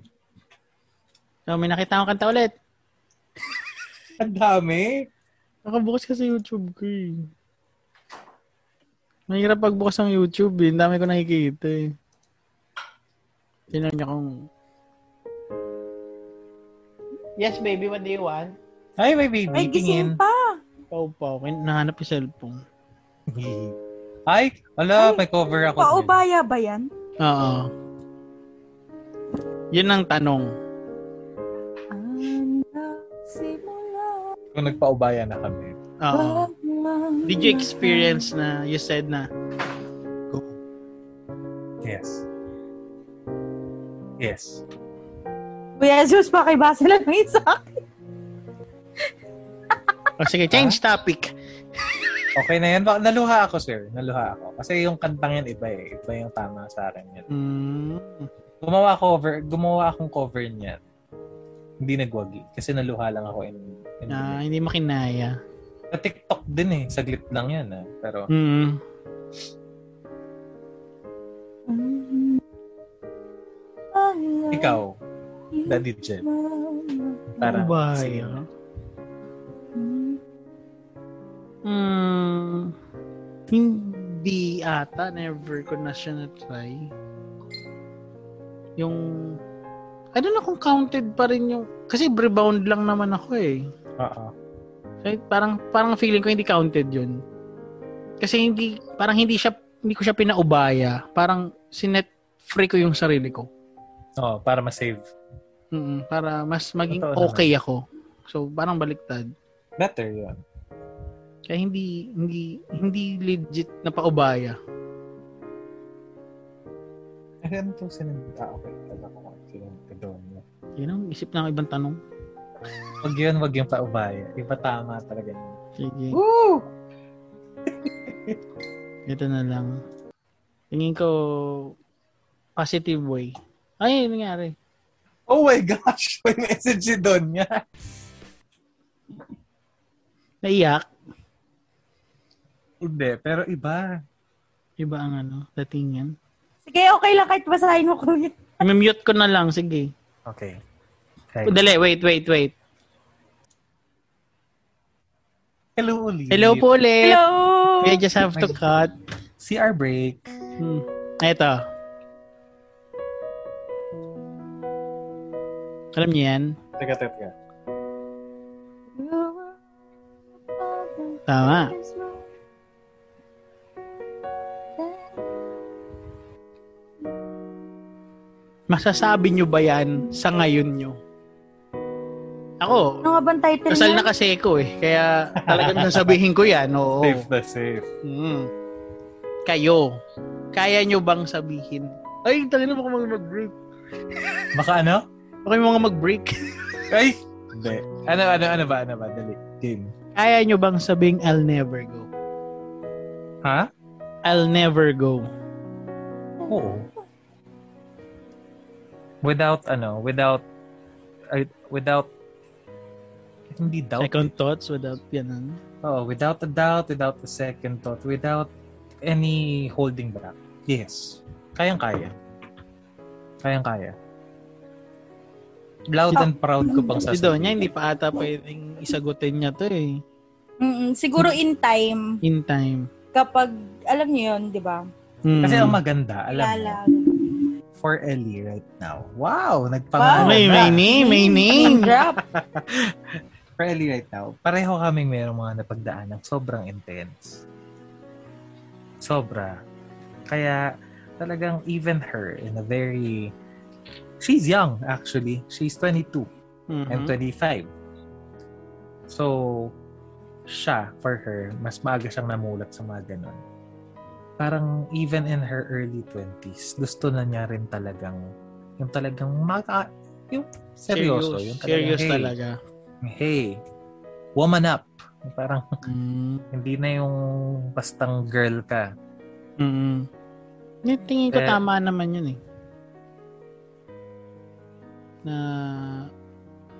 so, Oh, may nakita akong kanta ulit. Ang dami. Nakabukas ka sa YouTube ko eh. Mahirap pagbukas ng YouTube eh. Ang dami ko nakikita eh. Tinan niya kung... Yes, baby. What do you want? Hi, my baby. Ay, gising Tingin. pa. Pau, pau. May nahanap yung cellphone. Ay, ala, Ay, may cover ako. dun. Paubaya ba yan? Oo. Yun ang tanong. Anak, simula. Kung nagpaubaya na kami. Oo. wag lang. Did you experience na you said na Yes. Yes. Kuya Jesus, pakibasa lang ng isa. oh, sige, change topic. Okay na yan. Bak- Naluha ako, sir. Naluha ako. Kasi yung kantang yan iba eh. Iba yung tama sa akin yan. Mm. Gumawa cover, gumawa akong cover niyan. Hindi nagwagi. Kasi naluha lang ako in, in the Ah, mix. hindi makinaya. Sa TikTok din eh. Saglit lang yan ah. Pero, Mm. Anak, ikaw, Daddy Jen. mama. Ano Tara. Ubaya. Mm, hindi ata. Never ko na siya na-try. Yung... I don't know kung counted pa rin yung... Kasi rebound lang naman ako eh. Oo. Kahit parang, parang feeling ko hindi counted yun. Kasi hindi... Parang hindi siya... Hindi ko siya pinaubaya. Parang sinet free ko yung sarili ko. Oo, para masave. Mm, para mas maging Totoo naman. okay ako. So, parang baliktad. Better yun. Kaya hindi hindi hindi legit na paubaya. Ay, ano itong sinunod? Ah, okay. Alam ko kung sinunod ka doon. Yun ang isip na ako ibang tanong. Wag yun, wag yung paubaya. Iba tama talaga yun. Sige. Ito na lang. Tingin ko positive way. Ay, ano nangyari? Oh my gosh! May message si Don niya. Naiyak. Hindi, pero iba. Iba ang ano, dating yan. Sige, okay lang kahit basahin mo ko yun. I-mute ko na lang, sige. Okay. Okay. Dali, wait, wait, wait. Hello ulit. Hello po ulit. Hello! We just have to cut. CR break. Hmm. Ito. Alam niyo yan? Teka, teka. Tama. Masasabi niyo ba yan sa ngayon niyo? Ako, Ano nga bang title kasal niya? na kasi ako eh. Kaya talagang sasabihin ko yan. Oo. Safe na safe. Mm. Kayo. Kaya nyo bang sabihin? Ay, tangin na baka mga mag-break. Baka ano? Baka yung mga mag-break. Ay! Hindi. Ano, ano, ano ba? Ano ba? Dali. Game. Kaya nyo bang sabing I'll never go? Ha? I'll never go. Oo. Without, ano, without, ay, without, hindi doubt. Second thoughts without yan. Oh, without a doubt, without a second thought, without any holding back. Yes. Kayang-kaya. Kayang-kaya. Loud and proud ko pang Si sasabihin. Donya, hindi pa ata pwedeng isagutin niya to eh. Mm-mm, siguro in time. In time. Kapag, alam niyo yun, di ba? Mm. Kasi ang maganda, alam mo, Kilala. for Ellie right now. Wow! Ah, Nagpangalan may, na. may name, may name. Drop. For Ellie right now, pareho kaming mayroong mga napagdaanan sobrang intense. Sobra. Kaya talagang even her in a very... She's young, actually. She's 22. Mhm. I'm 25. So, siya, for her, mas maaga siyang namulat sa mga ganun. Parang even in her early 20s, gusto na niya rin talagang, yung talagang maka, yung seryoso. yung talagang, Serious hey, talaga. Hey, woman up. Yung Parang Mm. hindi na yung bastang girl ka. Mm. Yung Tingin ko Eh. tama naman yun eh. Na,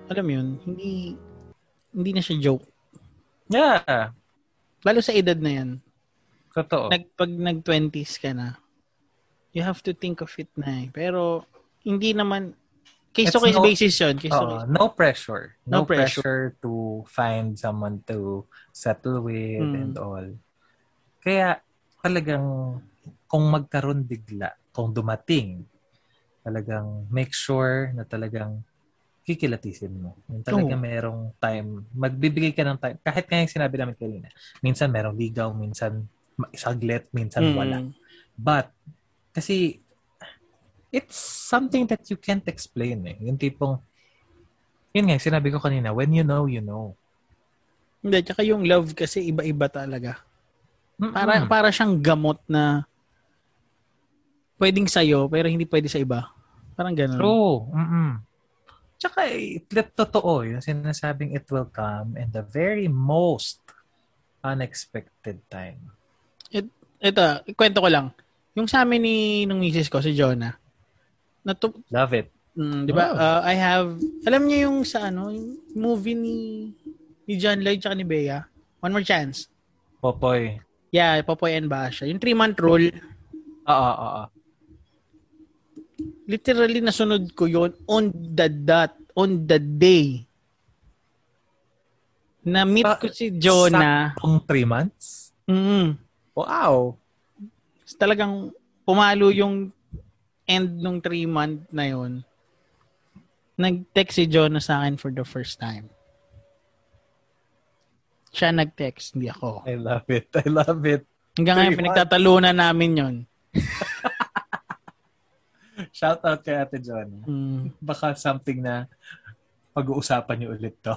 alam mo yun, hindi, hindi na siya joke. Yeah, Lalo sa edad na yan. totoo. Nag, pag nag-20s ka na, you have to think of it na eh. Pero, hindi naman, case-to-case It's no- basis yun. Oo, Case-to-case. no pressure. No, No pressure. pressure. to find someone to settle with Mm. and all. Kaya talagang kung magkaroon bigla, kung dumating, talagang make sure na talagang kikilatisin mo. Yung talaga Oo. merong time, magbibigay ka ng time. Kahit nga yung sinabi namin kanina, minsan merong ligaw, minsan ma- saglit, minsan Mm. wala. But, kasi, it's something that you can't explain eh. Yung tipong, yun nga, sinabi ko kanina, when you know, you know. Hindi, tsaka yung love kasi iba-iba talaga. Mm-mm. Para, para siyang gamot na pwedeng sa'yo, pero hindi pwede sa iba. Parang ganun. True. Mm-mm. Tsaka, eh, it- totoo, yung sinasabing it will come in the very most unexpected time. ito, kwento ko lang. Yung sa amin ni nung misis ko si Jonah. Na tu- Love it. mm, 'di ba? Wow. Uh, I have alam niyo yung sa ano, yung movie ni ni John Lloyd tsaka ni Bea, One More Chance. Popoy. Yeah, Popoy and Basha. Yung three-month rule, Oo, oo, literally nasunod ko yon on the dot, on the day. Na-meet Sa- ko si Jonah. Kung three months? Mm. Wow! talagang pumalo yung end nung three month na yun, nag-text si Jono sa akin for the first time. Siya nag-text, hindi ako. I love it. I love it. Hanggang ngayon, Three pinagtatalunan namin yun. Shout out kay Ate John. Mm, Baka something na pag-uusapan niyo ulit to.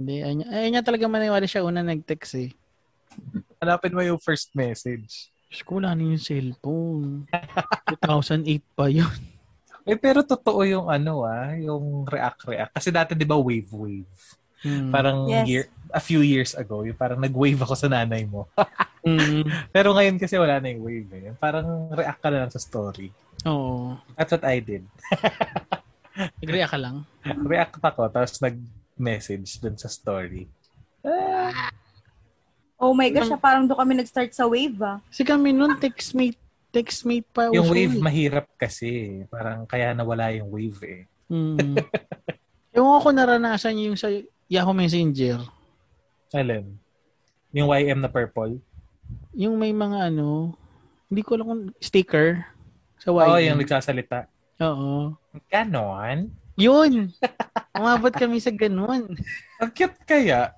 hindi, ayun, niya- ayun niya talaga maniwala siya una nag-text eh. Hanapin mo yung first message. Diyos ko, wala na yung cellphone. 2008 pa yun. Eh, pero totoo yung ano ah, yung react-react. Kasi dati di ba wave-wave? Mm, Parang Yes. year, a few years ago, yung parang nag-wave ako sa nanay mo. mm, hmm. Pero ngayon kasi wala na yung wave eh. Parang react ka na lang sa story. oo. That's what I did. Nag-react ka lang. React ako, tapos nag-message dun sa story. Ah, Oh my gosh, ah, parang doon kami nag-start sa wave ah. Kasi kami nun, textmate, textmate pa. eh. Yung wave, usually. mahirap kasi. eh. Parang kaya nawala yung wave eh. Mm. yung ako naranasan yung sa Yahoo Messenger. Alam. Yung YM na purple. Yung may mga ano, hindi ko alam kung sticker sa Oo, YM. Oh, yung nagsasalita. Oo. Ganon. Yun! Umabot kami sa ganun. Ang cute kaya.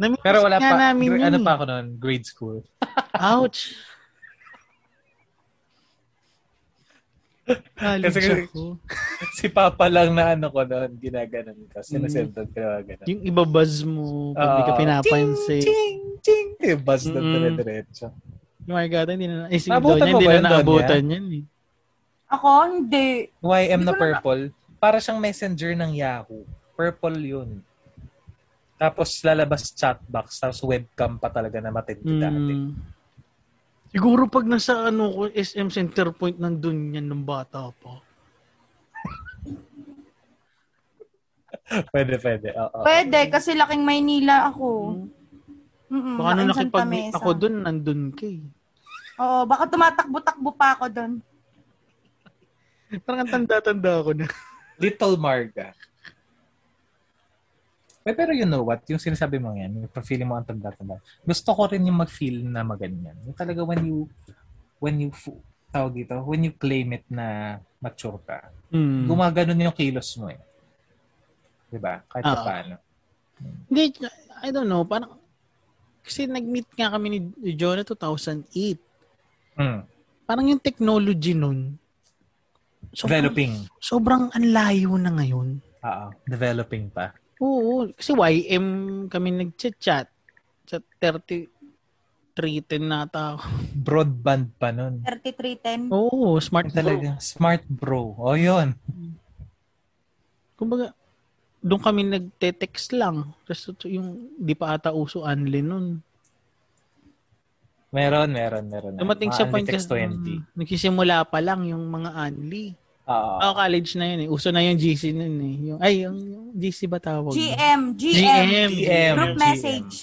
Namimiss Pero wala nga pa. Namin gra- yun ano eh. pa ako noon? Grade school. Ouch! College Kasi- ako. si Papa lang na ano ko noon, ginaganon ko. Sinasendan ko na ganun. Mm. Yung ibabuzz mo pag hindi ka Oo. pinapansin. Ching, ching, ching. Buzz na Mm-mm. dire-diretso. Yung Argata, hindi na, eh, si Naabutan Donya, mo hindi ba yun, na naabutan yan. eh. Ako, hindi. YM Hindi na ko na- purple. Para siyang messenger ng Yahoo. Purple yun. Tapos lalabas chatbox, tapos webcam pa talaga na matindi dati. Mm. Siguro pag nasa ano ko, SM Center Point, nandun yan ng bata pa. Pwede, pwede. Oo. Pwede, kasi laking Maynila ako. Mm. Mm-mm, Baka laking nung Hmm. Santa nakipag-meet Mesa. ako dun, nandun ka eh. Oo, baka tumatakbo-takbo pa ako doon. Parang ang tanda-tanda ako na. Little Marga. Eh, pero you know what? Yung sinasabi mo yan, yung pa-feeling mo ang tanda-tanda. Gusto ko rin yung mag-feel na maganyan. Yung talaga when you, when you, fu- tawag dito, when you claim it na mature ka, Hmm. Mm. gumaganon yung kilos mo eh. Diba? Kahit pa Oo. paano. Hindi, I don't know, parang, kasi nag-meet nga kami ni ni Jonah 2008. Mm. Parang yung technology nun, sobrang, Developing. sobrang anlayo na ngayon. Oo. Developing pa. Oo, kasi YM kami nag-chat. Sa 33 10 na ata ako. Broadband pa nun. 3310. Oo, smart Yung bro. Talaga, smart bro. O yun. Kumbaga, doon kami nagte-text lang. Tapos yung di pa ata uso online nun. Meron, meron, meron. Dumating sa point kasi. 20. mm, nagsisimula pa lang yung mga only. Oo. Oh, college na yun eh. Uso na yung GC nun eh. Yung, ay, yung, yung GC ba tawag? nun? GM, GM. GM. Group message.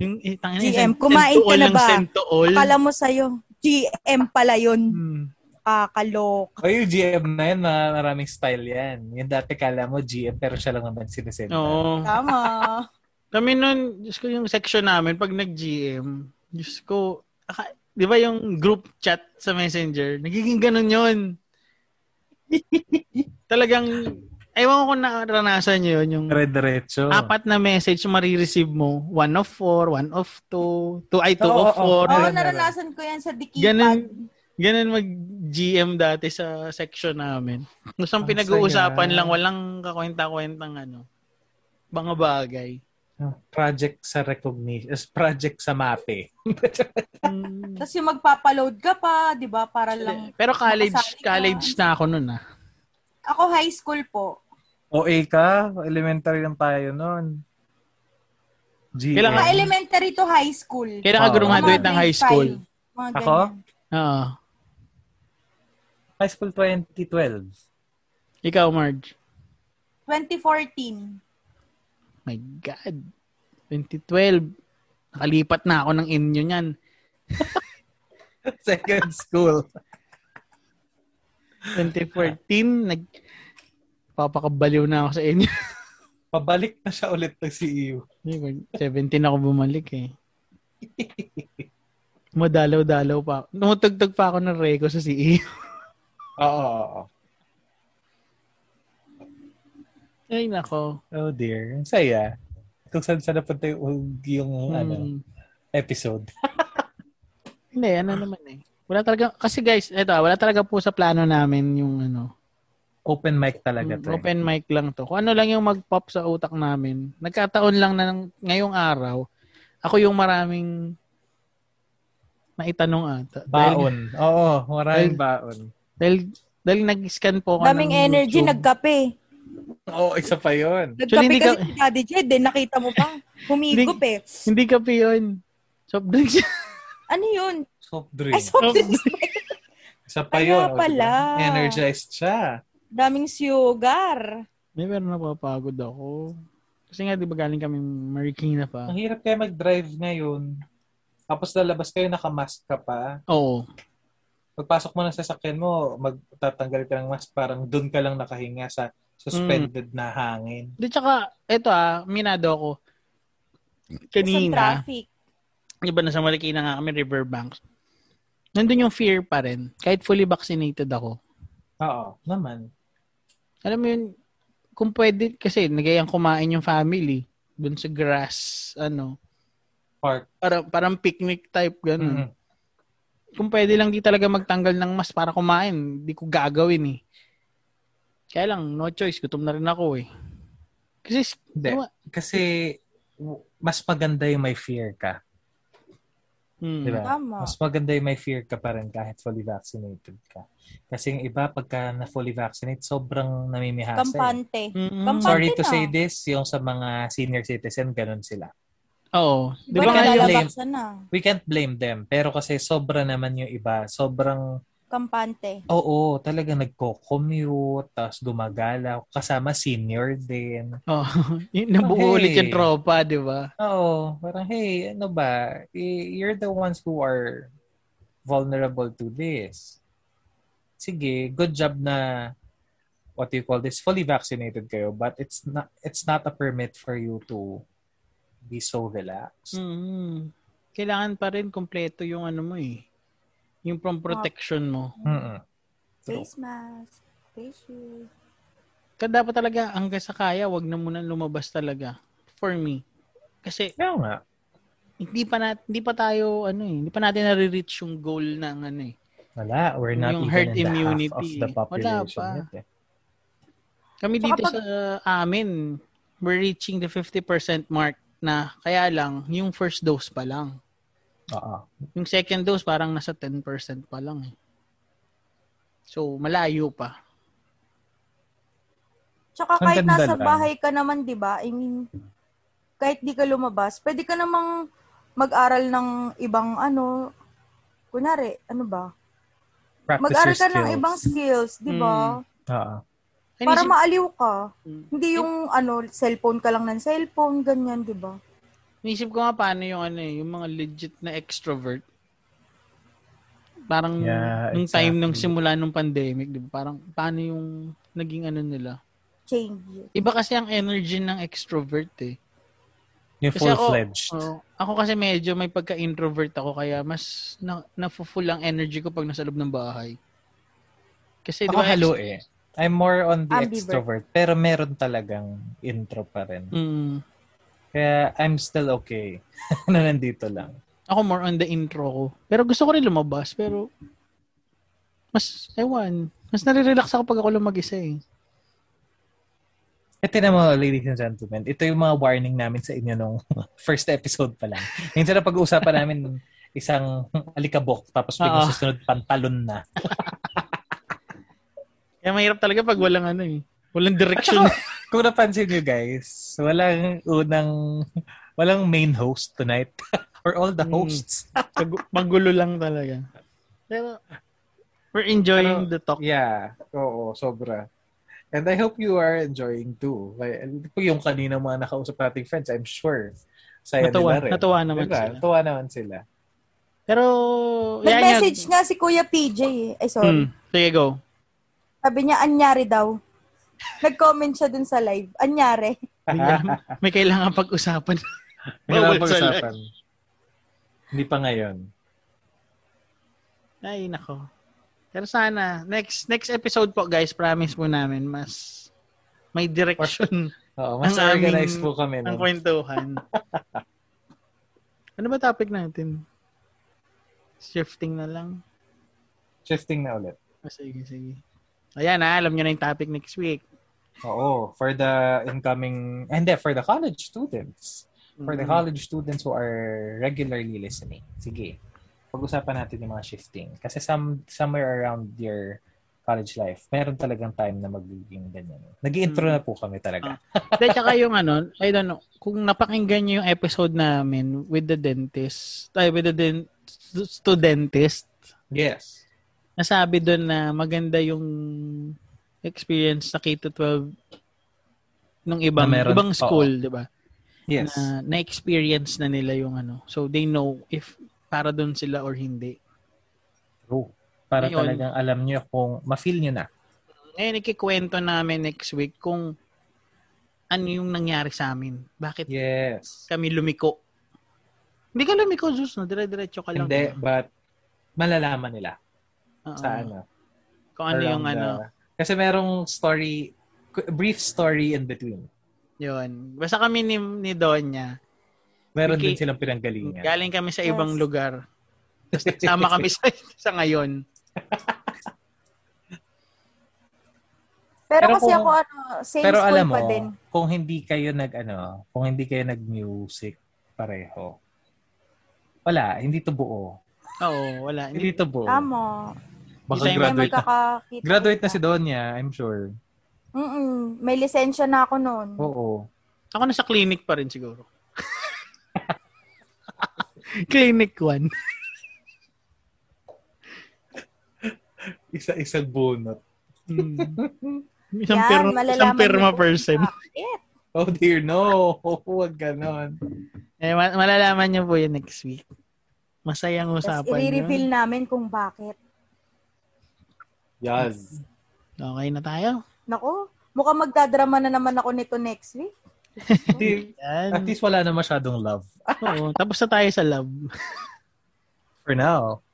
Yung, eh, tangina, GM, send- send kumain to ka all na ang ba? Send to all. Akala mo sa'yo, GM pala yun. Hmm. Kakalok. O yung GM na yun, ma- maraming style yan. Yung dati kala mo GM, pero siya lang naman sinisend. Oo. Tama. Kami nun, Diyos ko, yung section namin, pag nag-GM, Diyos ko, aka- di ba yung group chat sa messenger, nagiging ganun yun. Talagang, ewan ko kung naranasan nyo yun, yung Dire-diretso. apat na message yung marireceive mo, one of four, one of two, two ay two Oo, of oo, four. Oo, Meron, meron. naranasan ko yan sa dikipan. Ganun, ganun mag-GM dati sa section namin. Tapos ang Ang pinag-uusapan saya. lang, walang kakwenta-kwentang ano, mga bagay. Ah, Project sa recognition. as Project sa mape. Mm. Tapos yung magpapaload ka pa, di ba? Para lang. Pero college, makasali ka. college na ako nun ah. Ako high school po. OA ka? Elementary lang tayo noon. GM. Kailangan- Mga elementary to high school. Kailan ka Oo. graduate Mga ng high grade school? five, mga Ako? ganyan. Oo. High school 2012. Ikaw, Marge. 2014. My God. 2012. Nakalipat na ako ng inyo niyan. Second school. 2014, nag... Papakabaliw na ako sa inyo. Pabalik na siya ulit ng E CEU. Hindi, Marge. 17 ako bumalik eh. Madalaw-dalaw pa. ako. Numutugtog pa ako ng reko sa E CE. Oo, oo, oo. Ay, nako. Oh dear. Ang Saya. Kung saan saan napunta yung, yung ano, Hmm. episode. Hindi, ano naman eh. Wala talaga, kasi guys, eto, ah, wala talaga po sa plano namin yung ano, Open mic talaga Mm, to. eh. Open mic lang to. Kung ano lang yung mag-pop sa utak namin. Nagkataon lang na ng- ngayong araw, ako yung maraming naitanong ata. Dahil, Baon. Oo, Dahil- maraming baon. dahil, dahil nag-scan po ako Daming ng energy, YouTube. nagkape. Oo, isa pa yun. Actually, Nagkape hindi kasi ka- si Daddy Jed, eh. nakita mo pa. Humigop eh. Hindi kape yun. Soft drinks. Ano yun? Soft Ay, drink. soft drinks. Isa pa Kaya yun. o, diba? pala. Energized siya. Daming sugar. Hindi, pero napapagod ako. Kasi nga, di ba galing kami Marikina pa. Ang hirap kaya mag-drive ngayon. Tapos lalabas kayo, nakamask ka pa. Oo. Pagpasok mo ng sasakyan mo, magtatanggal ka ng mask. Parang dun ka lang nakahinga sa suspended na hangin. Di tsaka, eto ah, minado ako. Sa Kanina, traffic. di ba nasa Marikina nga kami, Riverbanks. Nandun yung fear pa rin. Kahit fully vaccinated ako. Oo, naman. Alam mo yun, kung pwede, kasi nagayang kumain yung family dun sa grass, ano, Park. parang, parang picnic type, ganun. Mm. Kung pwede lang di talaga magtanggal ng mas para kumain, di ko gagawin eh. Kaya lang, no choice, gutom na rin ako eh. Kasi, s- Hindi. Tama. Kasi w- mas maganda yung may fear ka. hmm, Di ba? Tama. Mas maganda yung may fear ka pa rin kahit fully vaccinated ka. Kasi yung iba, pagka na fully vaccinated, sobrang namimihasa. eh. Kampante. Mm-mm. Kampante Sorry to na. say this, yung sa mga senior citizen, ganun sila. Oo. Di ba nga eh. Diba yung, nalala- nalalabaksan na? We can't blame them. Pero kasi sobra naman yung iba. Sobrang, Kampante. oo, talaga nagko-commute, tapos gumagala, kasama senior din. oh, yung nabuo Okay. ulit yung tropa, di ba? Oo, parang, hey, ano ba? Y- You're the ones who are vulnerable to this. Sige, good job na what do you call this? Fully vaccinated kayo, but it's not it's not a permit for you to be so relaxed. Mm-mm. Kailangan pa rin kompleto yung ano mo eh. Yung from protection mo. Mm-mm. True. Face mask. Face shield. Kaya dapat talaga hanggang sa kaya, wag na muna lumabas talaga. For me. Kasi Kaya nga. hindi pa na, hindi pa tayo ano eh, hindi pa natin nare-reach yung goal ng ano eh. Wala, we're not Yung even herd in the half immunity, of the eh. Wala population pa. yet. eh. Kami Tsaka dito pag- sa amin, we're reaching the 50% mark na kaya lang yung first dose pa lang. Oo. Yung second dose parang nasa 10% pa lang eh. So malayo pa. Tsaka Ang kahit ganda nasa lang. bahay ka naman, di ba? I mean, kahit di ka lumabas, pwede ka namang mag-aral ng ibang ano, kunwari, ano ba? Practice Mag-aral your ka skills. Hmm. Uh-uh. ng ibang skills, di ba? Oo. Ay, Para naisip- maaliw ka. Hmm. Mm. Hindi yung ano, cellphone ka lang ng cellphone, ganyan, di ba? Naisip ko nga paano yung ano eh, yung mga legit na extrovert. Parang Yeah, nung time nung exactly. simula nung pandemic, di ba? Parang paano yung naging ano nila. Change. Iba kasi ang energy ng extrovert eh. Yung Kasi ako, oh, full-fledged. oo, ako kasi medyo may pagka-introvert ako kaya mas na, nafufull ang energy ko pag nasa loob ng bahay. Kasi di Ako ba, ex- halo eh. I'm more on the Ambivert. extrovert. Pero meron talagang intro pa eh. rin. Mm, Kaya I'm still okay na nandito lang. ako more on the intro ko. Pero gusto ko rin lumabas pero mas ewan, mas nare-relax ako pag ako lang mag-isa eh. Ito na mga Eh, ladies and gentlemen, ito yung mga warning namin sa inyo nung first episode pa lang. Minsan na pag-uusapan namin isang alikabok tapos Oo. biglang susunod pantalon na. Kaya mahirap talaga pag walang ano eh. Walang At direction. saka, kung napansin nyo guys, walang unang, walang main host tonight. Or all the Mm. hosts. Pag- Magulo lang talaga. Pero, we're enjoying the talk. Yeah. Oo, sobra. And I hope you are enjoying too. Like, yung kanina mga nakausap nating friends, I'm sure. Saya Natuwa- nila rin. natuwa naman Diba? sila. Natuwa naman sila. Pero, yan, yan. Nag-message nga si Kuya PJ eh. Ay, Hmm. sorry. Sige, go. Sabi niya, anyari daw. Nag-comment siya dun sa live. Anyari. May kailangan pag-usapan. May Bawal wala sa pag-usapan. Hindi pa ngayon. Ay, nako. Pero sana, next next episode po guys, promise po namin, mas may direction Oo, Ang mas aming- organized po kami. ang Nun. kwentuhan. ano ba topic natin? Shifting na lang. Shifting na ulit. Ah, sige, sige. Ayan na, alam nyo na yung topic next week. Oo, for the incoming, and then for the college students. For the Mhm. college students who are regularly listening. Sige, pag-usapan natin yung mga shifting. Kasi some, somewhere around your college life, meron talagang time na magiging ganyan. Nag-intro Mm. na po kami talaga. Hindi, tsaka yung ano, I don't know, kung napakinggan nyo yung episode namin with the dentist, ay, with the den- stu- studentist, Yes. nasabi doon na maganda yung experience sa K-12 nung ibang Na meron- ibang school, 'di ba? Yes. Na na-experience na nila yung ano. So they know if para doon sila or hindi. oh, True. Para Ngayon- talagang alam nyo kung ma-feel nyo na. Ngayon, ikikwento namin next week kung ano yung nangyari sa amin. Bakit Yes. kami lumiko? Hindi ka lumiko, Zeus, no? Dire-diretso ka lang. Hindi, but malalaman nila Oo. sa ano. Kung Ah, ano yung around, ano. uh, kasi merong story, qu- brief story in between. Yun. Basta kami ni, ni Donya. Meron Okay. din silang pinanggalingan. Galing kami sa ibang Yes. lugar. Sama kami sa, sa ngayon. Pero, Pero kasi kung- ako, ano, same Pero school alam mo, pa din. kung hindi kayo nag ano, kung hindi kayo nag music pareho. Wala, hindi to buo. Oo, wala. Hindi Hindi, to buo. Tama. Baka Hindi tayo May graduate na. magkakakita. Graduate na si Donya, I'm sure. Mm-mm. May lisensya na ako noon. Oh, Oo. ako nasa clinic pa rin siguro. clinic one. Isa-isang bunot. Mm. Isang, Yan, pirma, isang malalaman pirma niyo po. person. Oh dear, no. Huwag ganon. Eh, ma- malalaman niyo po yun next week. Masayang Tapos usapan i-reveal yun. namin kung bakit. Yes. Okay na tayo. Nako, mukhang magdadrama na naman ako nito next week. Hindi, at Yan. least wala na masyadong love. Oo, tapos na tayo sa love. For now.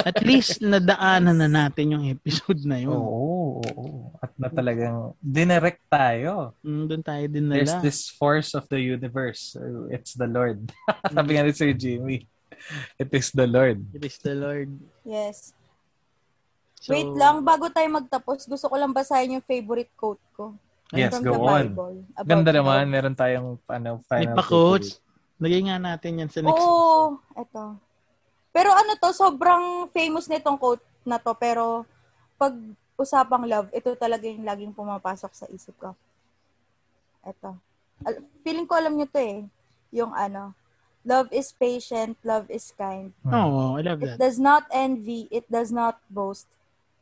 At least nadaanan na natin yung episode na yun. Oo, oo, oo. At na talagang dinirect tayo. Mm, doon tayo din There's nala. this force of the universe. Uh, It's the Lord. Mm-hmm. Sabi nga ni Sir Jimmy, it is the Lord. It is the Lord. Yes. So, Wait lang, bago tayo magtapos, gusto ko lang basahin yung favorite quote ko. Ano Yes, From go the on. Bible, about Ganda love. naman, meron tayong ano, May final pa coach. Lagay nga natin yan sa next. Oo, eto. Pero ano to, sobrang famous nitong quote na to, pero pag usapang love, ito talaga yung laging pumapasok sa isip ko. Eto. Al- feeling ko alam nyo to eh. Yung ano, love is patient, love is kind. Hmm. Oo, I love It that. does not envy, it does not boast,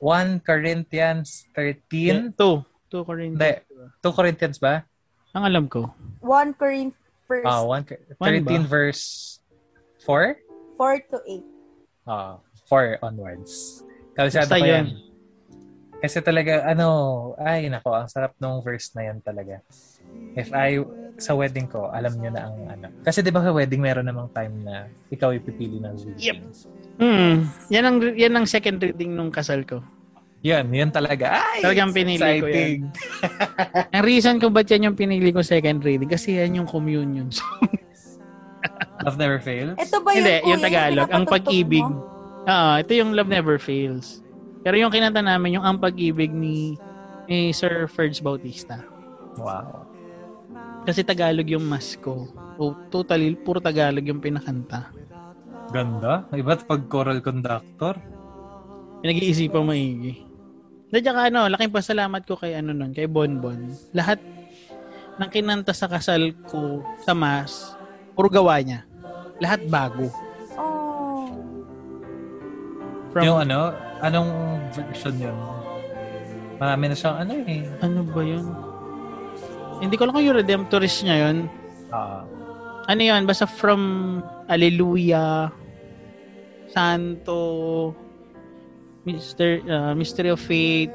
1 Corinthians Yeah, 13. Two. Two Corinthians. Hindi. 2 Corinthians ba? Ang alam ko. 1 Corinthians first, Ah, 1 Cor- One 13 verse 4? 4 to 8. Ah, 4 onwards. Kalusado Basta ko yun. yan. Kasi talaga, ano, ay nako, ang sarap nung verse na yan talaga. If I, sa wedding ko, alam nyo na ang ano. Kasi di ba sa wedding, meron namang time na ikaw ipipili ng Yep. wedding. Hmm. Yan ang, yan ang second reading nung kasal ko. Yan, yan talaga. Ay, Talagang it's pinili ko exciting. Ang reason kung ba't yan yung pinili ko second reading kasi yan yung communion. Love never fails. Ito ba yun? Hindi, kuya, yung Tagalog. Ang pinapatugtog pag-ibig. mo? Oo, ito yung Love Never Fails. Pero yung kinanta namin, yung Ang Pag-ibig ni, ni Sir Ferds Bautista. Wow. Kasi Tagalog yung mas ko. O, totally, puro Tagalog yung pinakanta. Ganda. Iba't pag choral conductor. Pinag-iisipan maigi. At saka ano, laking pasalamat ko kay ano nun, kay Bonbon. Lahat ng kinanta sa kasal ko sa mas, puro gawa niya. Lahat bago. Oh. From, Yung ano, anong version yun? Marami na siyang ano eh. ano ba yun? Hindi ko alam kung yung Redemptorist niya yun. Ah, ano yun, basta from Alleluia, Santo, Mister, uh, Mystery of Faith,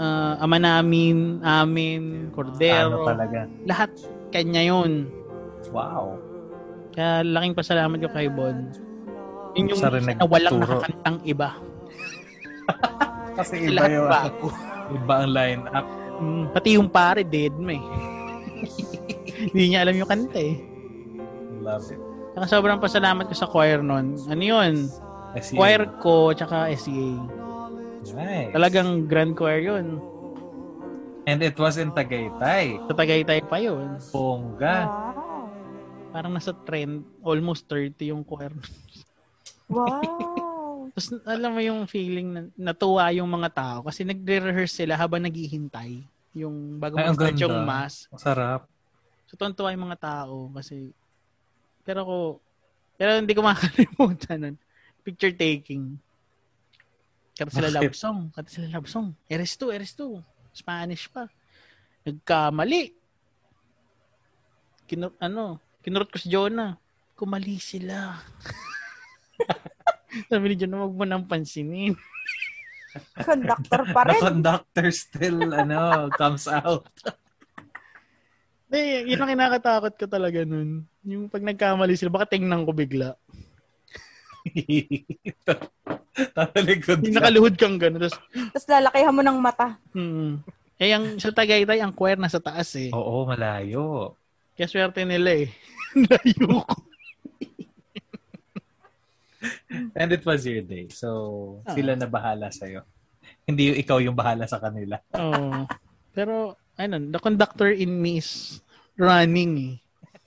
uh, Ama namin, Amin, ano Cordero, talaga. lahat kanya yun. Wow. Kaya laking pasalamat ko kay Bon. Yun yung Sa isa rin na walang nagturo. nakakantang iba. Kasi iba Lahat yung bago. iba ang line up. Mm, pati yung pare, dead me. Hindi niya alam yung kanta eh. Love it. Saka sobrang pasalamat ko sa choir nun. Ano yun? I see. choir ko tsaka E SEA. Nice. Talagang grand choir yun. And it was in Tagaytay. Sa Tagaytay pa yun. Bongga. Wow. Parang nasa trend, almost 30 yung choir. Wow. Tapos alam mo yung feeling na natuwa yung mga tao kasi nagre-rehearse sila habang naghihintay yung bago Ay, ang mag-start ganda. yung mass. Ang sarap. So, tuwan-tuwa yung mga tao kasi pero ko pero hindi ko makakalimutan nun. Picture taking. Kata sila Bakit? love song. Kata sila love song. Eres 2, Eres 2. Spanish pa. Nagkamali. Kinu ano, kinurot ko si Jonah. Kumali sila. Sabi ni Jonah, wag mo nang pansinin. Conductor pa The rin. conductor still, ano, comes out. Eh, yun ang kinakatakot ko talaga nun. Yung pag nagkamali sila, baka tingnan ko bigla. Tatalikod Yung ka. nakaluhod kang gano'n. Tapos, Tapos lalakihan mo ng mata. hmm. Eh, ang, sa Tagaytay, ang choir nasa taas eh. Oo, malayo. Kaya swerte nila eh. Layo ko. And it was your day. So, Ah. sila na bahala sa'yo. Hindi yung ikaw yung bahala sa kanila. Oo. Pero, ano, the conductor in me is running eh.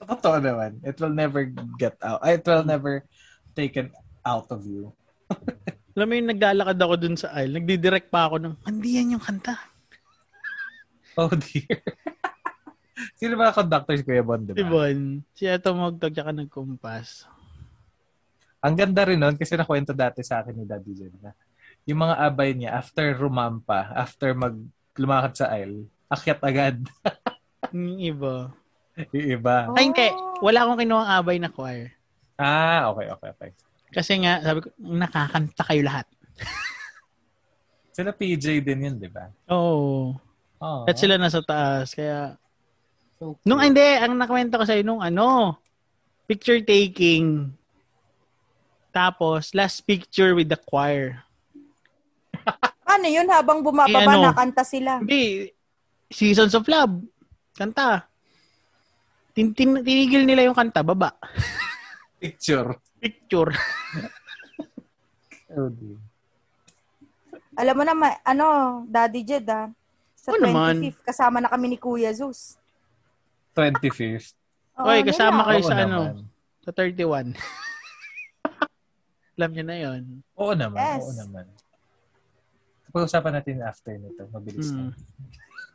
Totoo naman. It will never get out. It will never taken out of you. Alam mo yung naglalakad ako dun sa aisle, nagdidirect pa ako ng, hindi yan yung kanta. Oh dear. Sino ba ang conductor si Kuya Bon, di Di ba? ba? Siya tumugtog, tsaka nagkumpas. Ang ganda rin nun kasi nakwento dati sa akin ni Daddy Jen na yung mga abay niya after rumampa, after mag lumakad sa aisle, akyat agad Yung iba. yung iba. Ay, hindi. Wala akong kinuhang abay na choir. Ah, okay, okay, okay. Kasi nga, sabi ko, nakakanta kayo lahat. Sila PJ din yun, di ba? Oo. Oh, At sila nasa taas. Kaya, So cute. Ano? nung hindi, ang nakwento ko sa'yo, nung ano, picture taking. Tapos, last picture with the choir. Ano yun habang bumababa Eh, ano? nakanta Ah. sila. Hindi, Seasons of Love. Kanta. Tin- tin- tinigil nila yung kanta, baba. picture. Picture. Oh, dear. Alam mo naman, ano, Daddy Jed ah. Sa Oo 25th, naman. kasama na kami ni Kuya Zeus. 25th. Oo, Oy, nila. kasama kayo Oo sa ano, naman. sa 31. Alam niyo na yon. Oo naman, Yes. oo naman. Pag-usapan natin after nito. Mabilis Mm. na.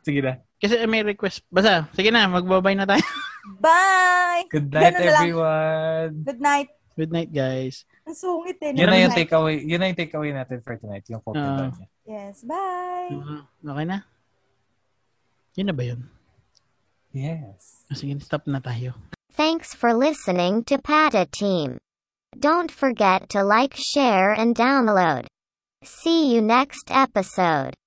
Sige na. Kasi may request. Basta, sige na, magbabay na tayo. Bye! Good night, Ganun lang. everyone. Good night. Good night, guys. Ang sungit eh. Yun Good na yung night. takeaway. Yun na yung takeaway natin for tonight. Yung coffee Ah. uh, niya. Yes, bye! Okay na? Yun na ba yun? Ah, Yes. Sige, stop na tayo. Thanks for listening to PATA Team. Don't forget to like, share, and download. See you next episode.